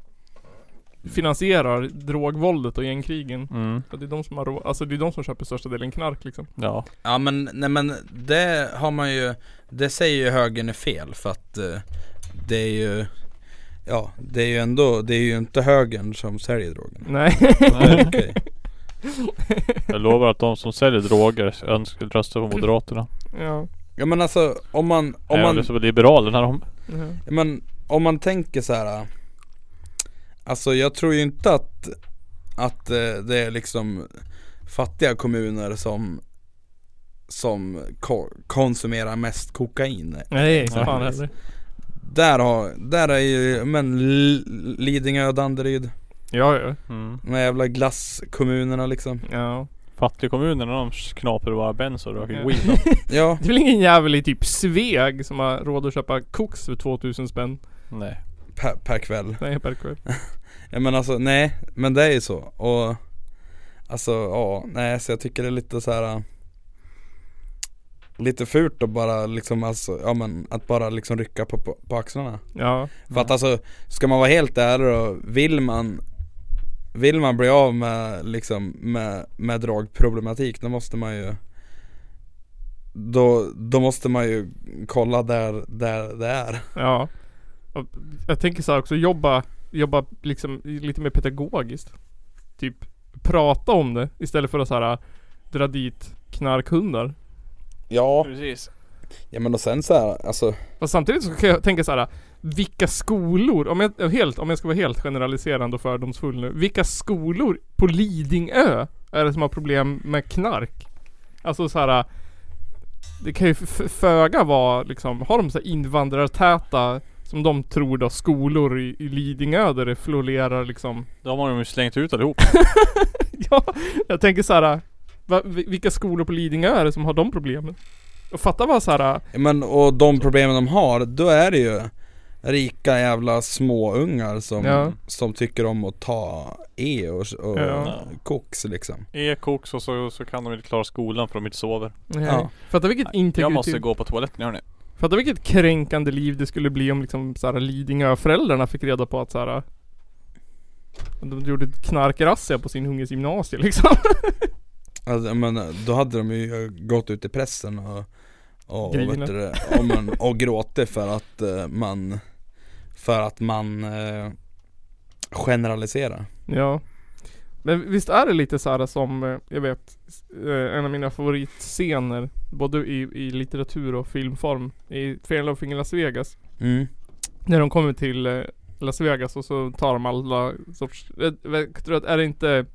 finansierar drogvåldet och gängkrigen. Mm. Och det är de som har rå- alltså det är de som köper största delen knark liksom. Ja. Ja men, nej men det har man ju Det säger ju högern är fel för att eh, Det är ju Ja det är ju ändå, det är ju inte högern som säljer drogen Nej. Nej, okej. Jag lovar att de som säljer droger önskar rösta på Moderaterna. ja. Ja men alltså om man, om Även man, som är Liberalerna de. Ja. ja, men, om man tänker så här. eh, Alltså jag tror ju inte att Att eh, det är liksom Fattiga kommuner som som ko- konsumerar mest kokain. Nej, Ja. fan heller. Där har, där är ju, men L- Lidingö, Danderyd, Ja, ja. Mm. de här jävla glasskommunerna liksom. ja. Fattigkommunerna de knaprar bara benz och röker Ja. weed då. Ja, Det är väl ingen jävel i typ Sveg som har råd att köpa koks för 2000 spänn? Nej. per, per kväll. Nej, per kväll. Ja men alltså nej, men det är ju så och Alltså ja, nej så jag tycker det är lite så här äh, Lite fult att bara liksom alltså, ja men att bara liksom rycka på, på, på axlarna Ja. För att alltså, ska man vara helt ärlig då, vill man Vill man bli av med liksom med, med drogproblematik då måste man ju då, då måste man ju kolla där, där det är Ja. Och jag tänker så här också, jobba, jobba liksom lite mer pedagogiskt. Typ prata om det istället för att så här dra dit knarkhundar. Ja, Precis. ja men och sen så här, alltså Fast samtidigt så kan jag tänka så här. Vilka skolor, om jag, helt, om jag ska vara helt generaliserande och fördomsfull nu. Vilka skolor på Lidingö är det som har problem med knark? Alltså så här. Det kan ju f- f- föga vara liksom, har de så här invandrartäta som de tror då skolor i, i Lidingö där det florerar liksom. De har de ju slängt ut allihop. Ja, jag tänker så här. Va, vi- vilka skolor på Lidingö är det som har de problemen? Och fatta vad så här. Men och de problemen de har, då är det ju rika jävla småungar som, Ja. som tycker om att ta E och, och Ja. koks liksom E-koks och så, så kan de inte klara skolan för de inte sover. Ja. Fatta vilket integritet. Jag måste gå på toaletten hörni. Fatta vilket kränkande liv det skulle bli om liksom såhär Lidingö-föräldrarna fick reda på att såhär De gjorde ett knarkrazzia på sin unges gymnasium liksom. alltså, Men då hade de ju gått ut i pressen och och, och, Grinat. vet du, det, och, man, och gråtit för att eh, man För att man eh, generaliserar Ja. Men visst är det lite såhär som, eh, jag vet, eh, en av mina favoritscener både i, i litteratur och filmform i Fair Love in Las Vegas. mm. När de kommer till eh, Las Vegas och så tar de alla sorts, eh, jag tror att är det inte,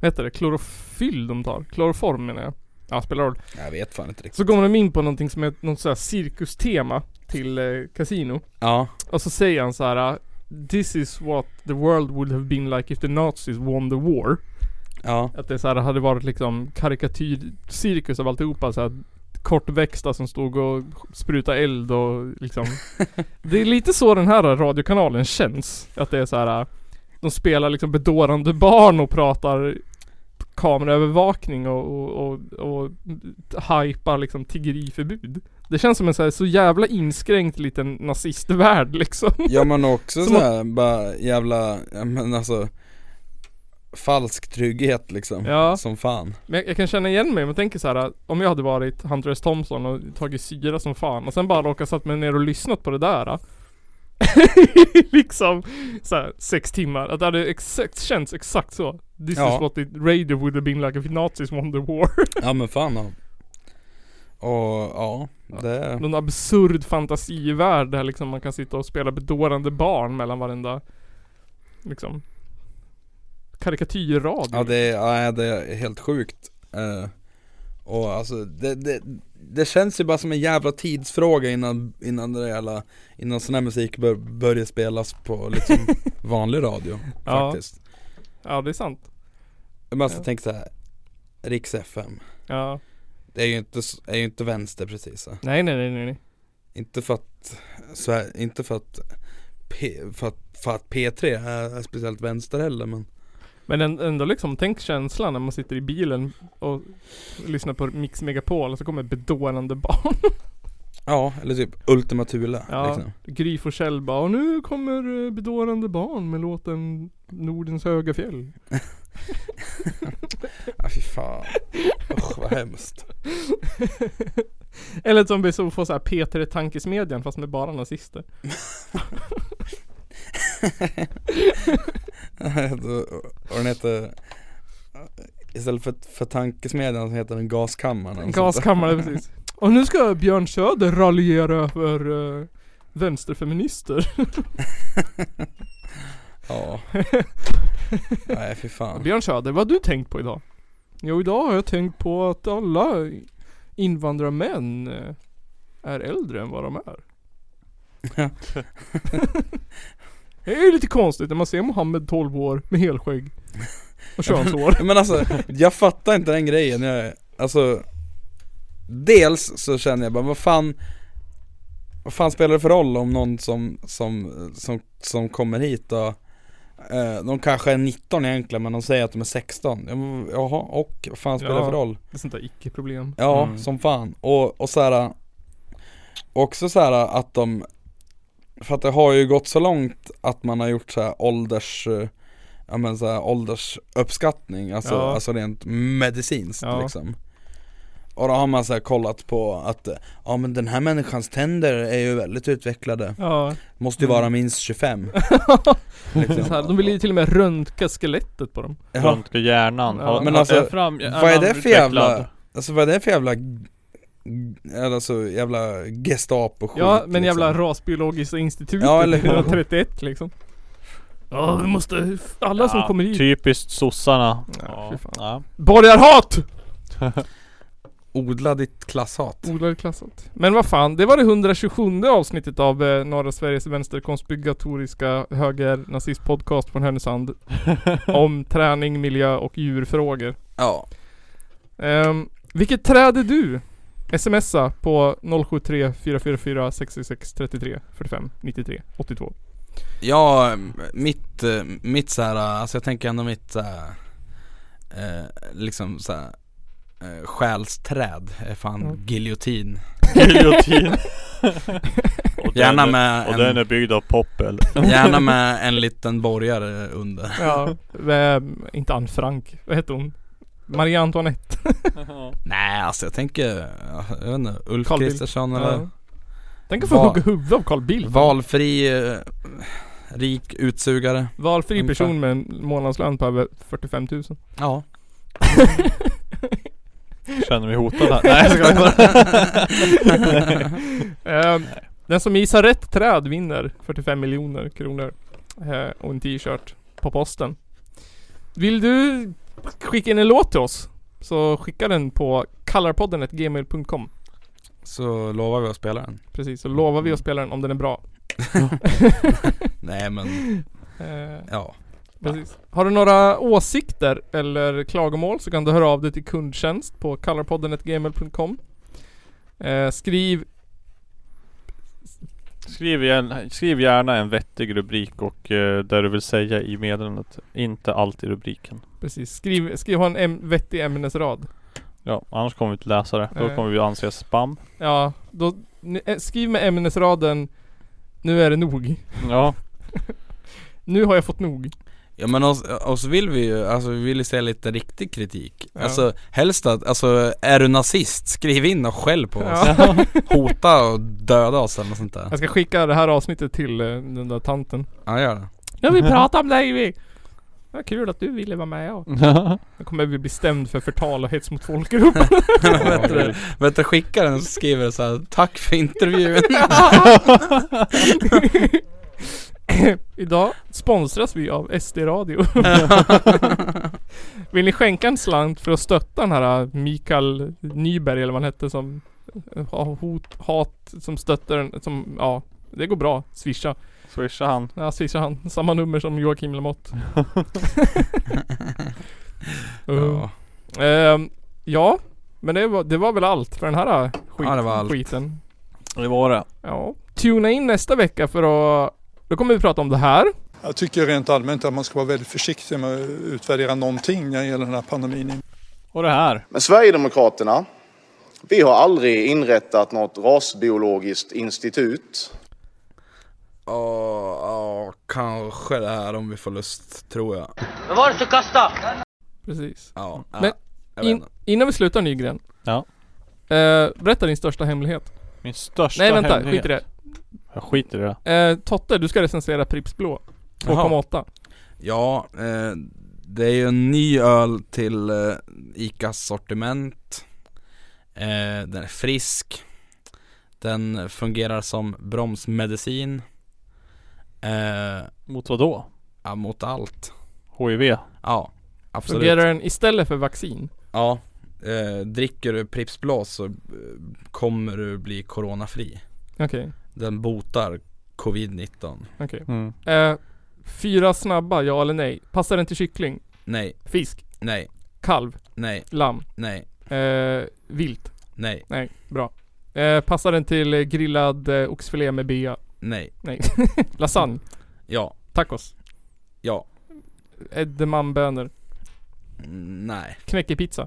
vad heter det, klorofyll de tar? Kloroform menar jag. Ja, spelar roll. Jag vet fan inte riktigt Så kommer de in på någonting som är något sådär cirkustema till eh, kasino. Ja, Och så säger han så här. This is what the world would have been like if the Nazis won the war. ja, Att det så här hade varit liksom karikatyrcirkus av alltihopa. Så här, kortväxta som stod och sprutade eld och liksom. det är lite så den här radiokanalen känns. Att det är så här. De spelar liksom bedårande barn och pratar kameraövervakning och, och, och, och hypar liksom tiggeriförbud. Det känns som en så, här, så jävla inskränkt liten nazistvärld liksom. ja men också Som- såhär bara jävla, ja, men alltså Falsk trygghet liksom, Ja. som fan Men jag, jag kan känna igen mig, men tänker så här om jag hade varit Hunter S. Thompson och tagit syra som fan och sen bara råkat satt mig ner och lyssnat på det där. ah. liksom så här, sex timmar. Att det hade exakt, känts exakt så. This Ja. is what the radio would have been like if Nazis won the war. Ja men fan ja. Och ja, det, Någon absurd fantasivärld där liksom man kan sitta och spela bedårande barn mellan varenda liksom karikatyrradio. ja, det, ja, det är helt sjukt eh, Och alltså det, det, det känns ju bara som en jävla tidsfråga innan, innan det jävla Innan sån här musik bör, börjar spelas på liksom vanlig radio Ja. faktiskt ja, det är sant. Men alltså Ja. tänk såhär Riks FM Ja. Det är ju inte, s- är ju inte vänster precis så. Nej, nej, nej, nej. nej. Inte för att, så här, inte för att P, för att, för att P3 är, är speciellt vänster heller men Men en- ändå liksom, tänk känslan när man sitter i bilen och lyssnar på Mix Megapol och så kommer bedårande barn. Ja, eller typ Ultima Thule Ja. liksom. Gry Forssell bara och nu kommer eh, bedårande barn med låten Nordens höga fjäll. Ja, Ah, fy fan. Usch vad hemskt. Eller som vi så får såhär P3 Tankesmedjan fast med bara nazister. och den heter Istället för, för tankesmedjan så heter den gaskammaren eller något sånt där. Gaskammare precis. Och nu ska Björn Söder raljera över eh, vänsterfeminister. Ja. Nej fy fan. Björn Söder, vad har du tänkt på idag? Jo idag har jag tänkt på att alla invandrarmän eh, är äldre än vad de är. Ja. det är ju lite konstigt när man ser Mohammed 12 år med helskägg och könshår. Men alltså, jag fattar inte den grejen. Jag, alltså, dels så känner jag bara, vad fan Vad fan spelar det för roll om någon som, som, som, som kommer hit och eh, De kanske är 19 egentligen men de säger att de är 16 Ja, men Jaha, och vad fan spelar det för Ja. roll? Det är sånt där icke-problem. Ja, Mm. som fan. Och, och så här. Också så här att de För att det har ju gått så långt att man har gjort så här ålders eh, Ja men så här åldersuppskattning, alltså, Ja. alltså rent medicinskt Ja. liksom Och då har man så här kollat på att eh, Ja men den här människans tänder är ju väldigt utvecklade Ja, Måste ju Mm. vara minst 25 liksom. så här, de vill ju till och med röntga skelettet på dem. Ja. Röntga hjärnan. Ja. Har- Men har- alltså, är fram, vad är det för utvecklad? jävla- Alltså vad är det för jävla eller Alltså jävla gestapo skit Ja, men jävla rasbiologiska institutet liksom. Ja, ja, eller eller hur? 131 liksom. Ja, vi måste... Alla som Ja, typ. kommer hit. Typiskt sossarna. Ja, Ja, fy ja. Borgarhat! Odla ditt klasshat Odlarklassat. Men vad fan, det var det 127 avsnittet av eh, Norra Sveriges vänsterkonspiratoriska höger nazistpodcast från Härnösand. om träning, miljö och djurfrågor. Ja, Ehm, vilket träd är du? Smsa på 073 444 66 33 45 93 82. ja mitt, eh, mitt så här, alltså jag tänker ändå mitt så här, eh, liksom så här, eh, själsträd är fan Mm. giljotin Giljotin. Och Gärna den- med, Och den en, är byggd av poppel. gärna med en liten borgare under Ja, ehm, inte Anne Frank. Vad heter hon? Marie Antoinette. Nej alltså jag tänker, ja, jag vet inte, Ulf Carl Bildt. Kristersson eller Ja. Tänk att få Va- hugga huvudet av Carl Bildt. Valfri eh, rik utsugare Valfri Ungefär. person med en månadslön på över 45 000. Ja Känner mig hotad här. Nej jag skojar bara. Ehm, den som gissar rätt träd vinner 45 miljoner kronor. Eh, och en t-shirt på posten. Vill du skicka in en låt till oss? Så skicka den på kallarpodden.gmail.com Så lovar vi att spela den Precis, så lovar vi att spela den om den är bra. Nej men, Eh, ja precis. Har du några åsikter eller klagomål så kan du höra av dig till kundtjänst på kallarpodden.gmail.com eh, Skriv Skriv, gärna, skriv gärna en vettig rubrik och eh, där du vill säga i meddelandet. Inte allt i rubriken. Precis, skriv, skriv ha en äm- vettig ämnesrad. Ja, annars kommer vi inte läsa det. Då Nej. kommer vi anses spam. Ja, då, ni- eh, skriv med ämnesraden Nu är det nog. Ja. Nu har jag fått nog. Ja men oss, oss vill vi ju, alltså vi vill ju se lite riktig kritik Ja. Alltså helst att, alltså är du nazist, skriv in och skäll på oss Ja. Alltså- Hota och döda oss eller något sånt där Jag ska skicka det här avsnittet till eh, den där tanten. Ja gör det Ja vi pratar om dig vi. Vad kul att du ville vara med och. Nu kommer vi bli stämd för förtal och hets mot folkgrupp. Men vet du, vet du, skicka den och skriver så här, tack för intervjun Idag sponsras vi av SD Radio. Vill ni skänka en slant för att stötta den här eh, Mikael Nyberg eller vad han hette som eh, har hot, hat, som stöttar den, som, ja, det går bra. Swisha. Swisha han. Ja, swishar han. Samma nummer som Joakim Lamotte. ja. Ehm, ja. ja, men det var, det var väl allt för den här eh, skit, Ja, det var allt. skiten. Det var det. Ja. Tuna in nästa vecka för att då kommer vi prata om det här. Jag tycker rent allmänt att man ska vara väldigt försiktig med att utvärdera någonting när det gäller den här pandemin. Och det här. Men Sverigedemokraterna, vi har aldrig inrättat något rasbiologiskt institut. Ja, ja, kanske det här om vi får lust, tror jag Vad var det som kastade? Precis. Ja, ja, Men jag vet In, inte. innan vi slutar Nygren. Ja. Eh, berätta din största hemlighet. Min största Nej vänta, hemlighet. skit i det. Jag skiter i det. Eh, Totte, du ska recensera Pripps Blå. 2,8. Ja, eh, det är ju en ny öl till eh, ICAs sortiment eh, Den är frisk Den fungerar som bromsmedicin eh, Mot vad då? ja, Mot allt HIV? Ja, absolut Fungerar den istället för vaccin? Ja, eh, dricker du Pripps blås så eh, kommer du bli coronafri. Okej, Den botar covid-19. okej. Mm. Eh, fyra snabba, ja eller nej. Passar den till kyckling? Nej, Fisk? nej, Kalv? nej, Lamm? nej, Eh, vilt? nej, Nej, bra. Eh, passar den till eh, grillad eh, oxfilé med bea? nej, Nej. Lasagne? ja, Tacos? ja, Edamamebönor? mm, nej, Knäckepizza?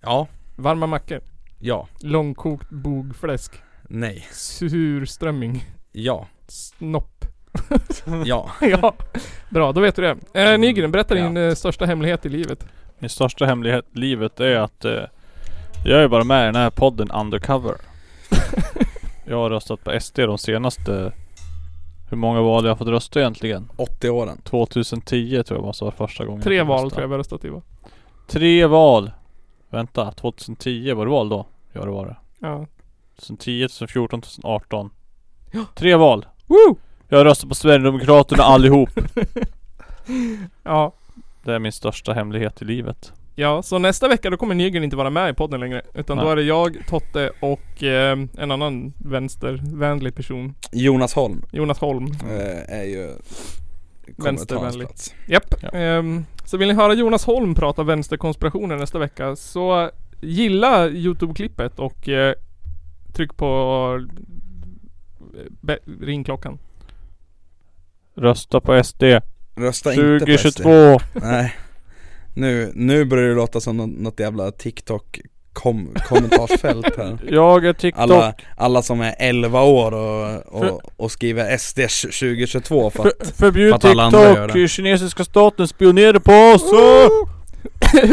ja, Varma mackor? ja, Långkokt bogfläsk? nej, Surströmming? ja, Snopp? ja. ja. Bra, då vet du det. Mm, Eh, Nygren, berätta din eh, största hemlighet i livet. Min största hemlighet i livet är att eh, jag är bara med i den här podden undercover. jag har röstat på SD de senaste... Hur många val jag har fått rösta egentligen? 80 åren. 2010 tror jag måste vara första gången. Tre jag fick val rösta. tror jag vi har röstat i va? Tre val! Vänta, 2010 var det val då? Ja det var det. Ja. 2010, 2014, 2018. Tre val! Woo! Jag röstar på Sverigedemokraterna allihop. Ja. Det är min största hemlighet i livet. Ja, så nästa vecka då kommer Nygren inte vara med i podden längre. Utan då Nej. är det jag, Totte och eh, en annan vänstervänlig person. Jonas Holm Jonas Holm. eh, är ju kommer ta hans Vänstervänlig. plats. Japp. Ja. Ehm, så vill ni höra Jonas Holm prata vänsterkonspirationer nästa vecka så gilla Youtube-klippet och eh, tryck på eh, be- ringklockan. Rösta på SD Rösta inte på SD. 2022! Nej. Nu, nu börjar det låta som något, något jävla TikTok kom, kommentarsfält här. Jag är TikTok! Alla, alla som är 11 år och, och, och skriver SD 2022 för att, För, förbjud för att alla andra gör TikTok! det. Kinesiska staten spionerar på oss! Åh!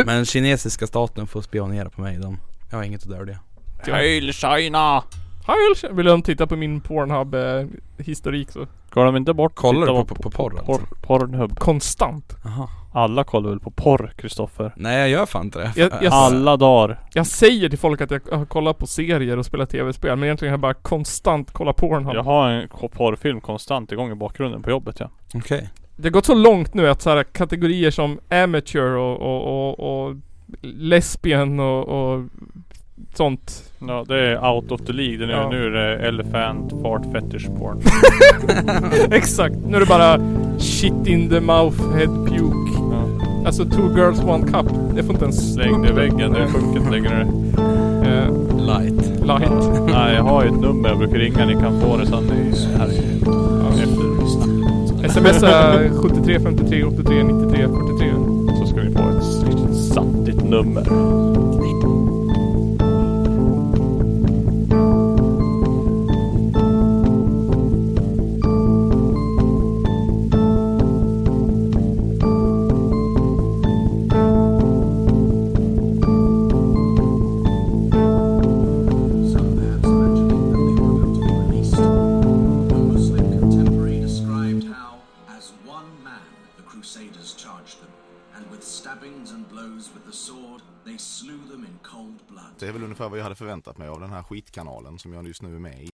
Men kinesiska staten får spionera på mig de Jag har inget att dölja Hail China! Hej, vill du titta på min Pornhub-historik så? Går de inte bort? Kollar Tittar du de på, på, på porr porr, alltså? Pornhub? Konstant. Aha. Alla kollar väl på porr, Kristoffer? Nej jag gör fan inte det Jag- jag- Alltså, Alla dagar! Jag säger till folk att jag har kollat på serier och spelat tv-spel men egentligen har jag bara konstant kollat Pornhub. Jag har en k- porrfilm konstant igång i bakgrunden på jobbet ja. Okej Det har gått så långt nu att så här, kategorier som amateur och, och, och, och lesbian och, och sånt. Ja det är out of the League. Den är, Ja. Nu är det Elephant Fart Fetish Porn. Exakt! Nu är det bara shit in the mouth head puke. Ja. Alltså two girls one cup. Det får inte ens Släng det i väggen, det är sjunket längre ner. Eh, Light light. Nej jag har ju ett nummer jag brukar ringa, ni kan få det sen i, här i- efter Smsa 73 53 83 93 43. Så ska ni få ett riktigt saftigt nummer. Some bands mentioning that they were going to be released. One Muslim contemporary described how, as one man, the Crusaders charged them, and with stabbings and blows with the sword, they slew them in cold blood. Det är väl ungefär vad jag hade förväntat mig av den här skitkanalen som jag just nu är med i.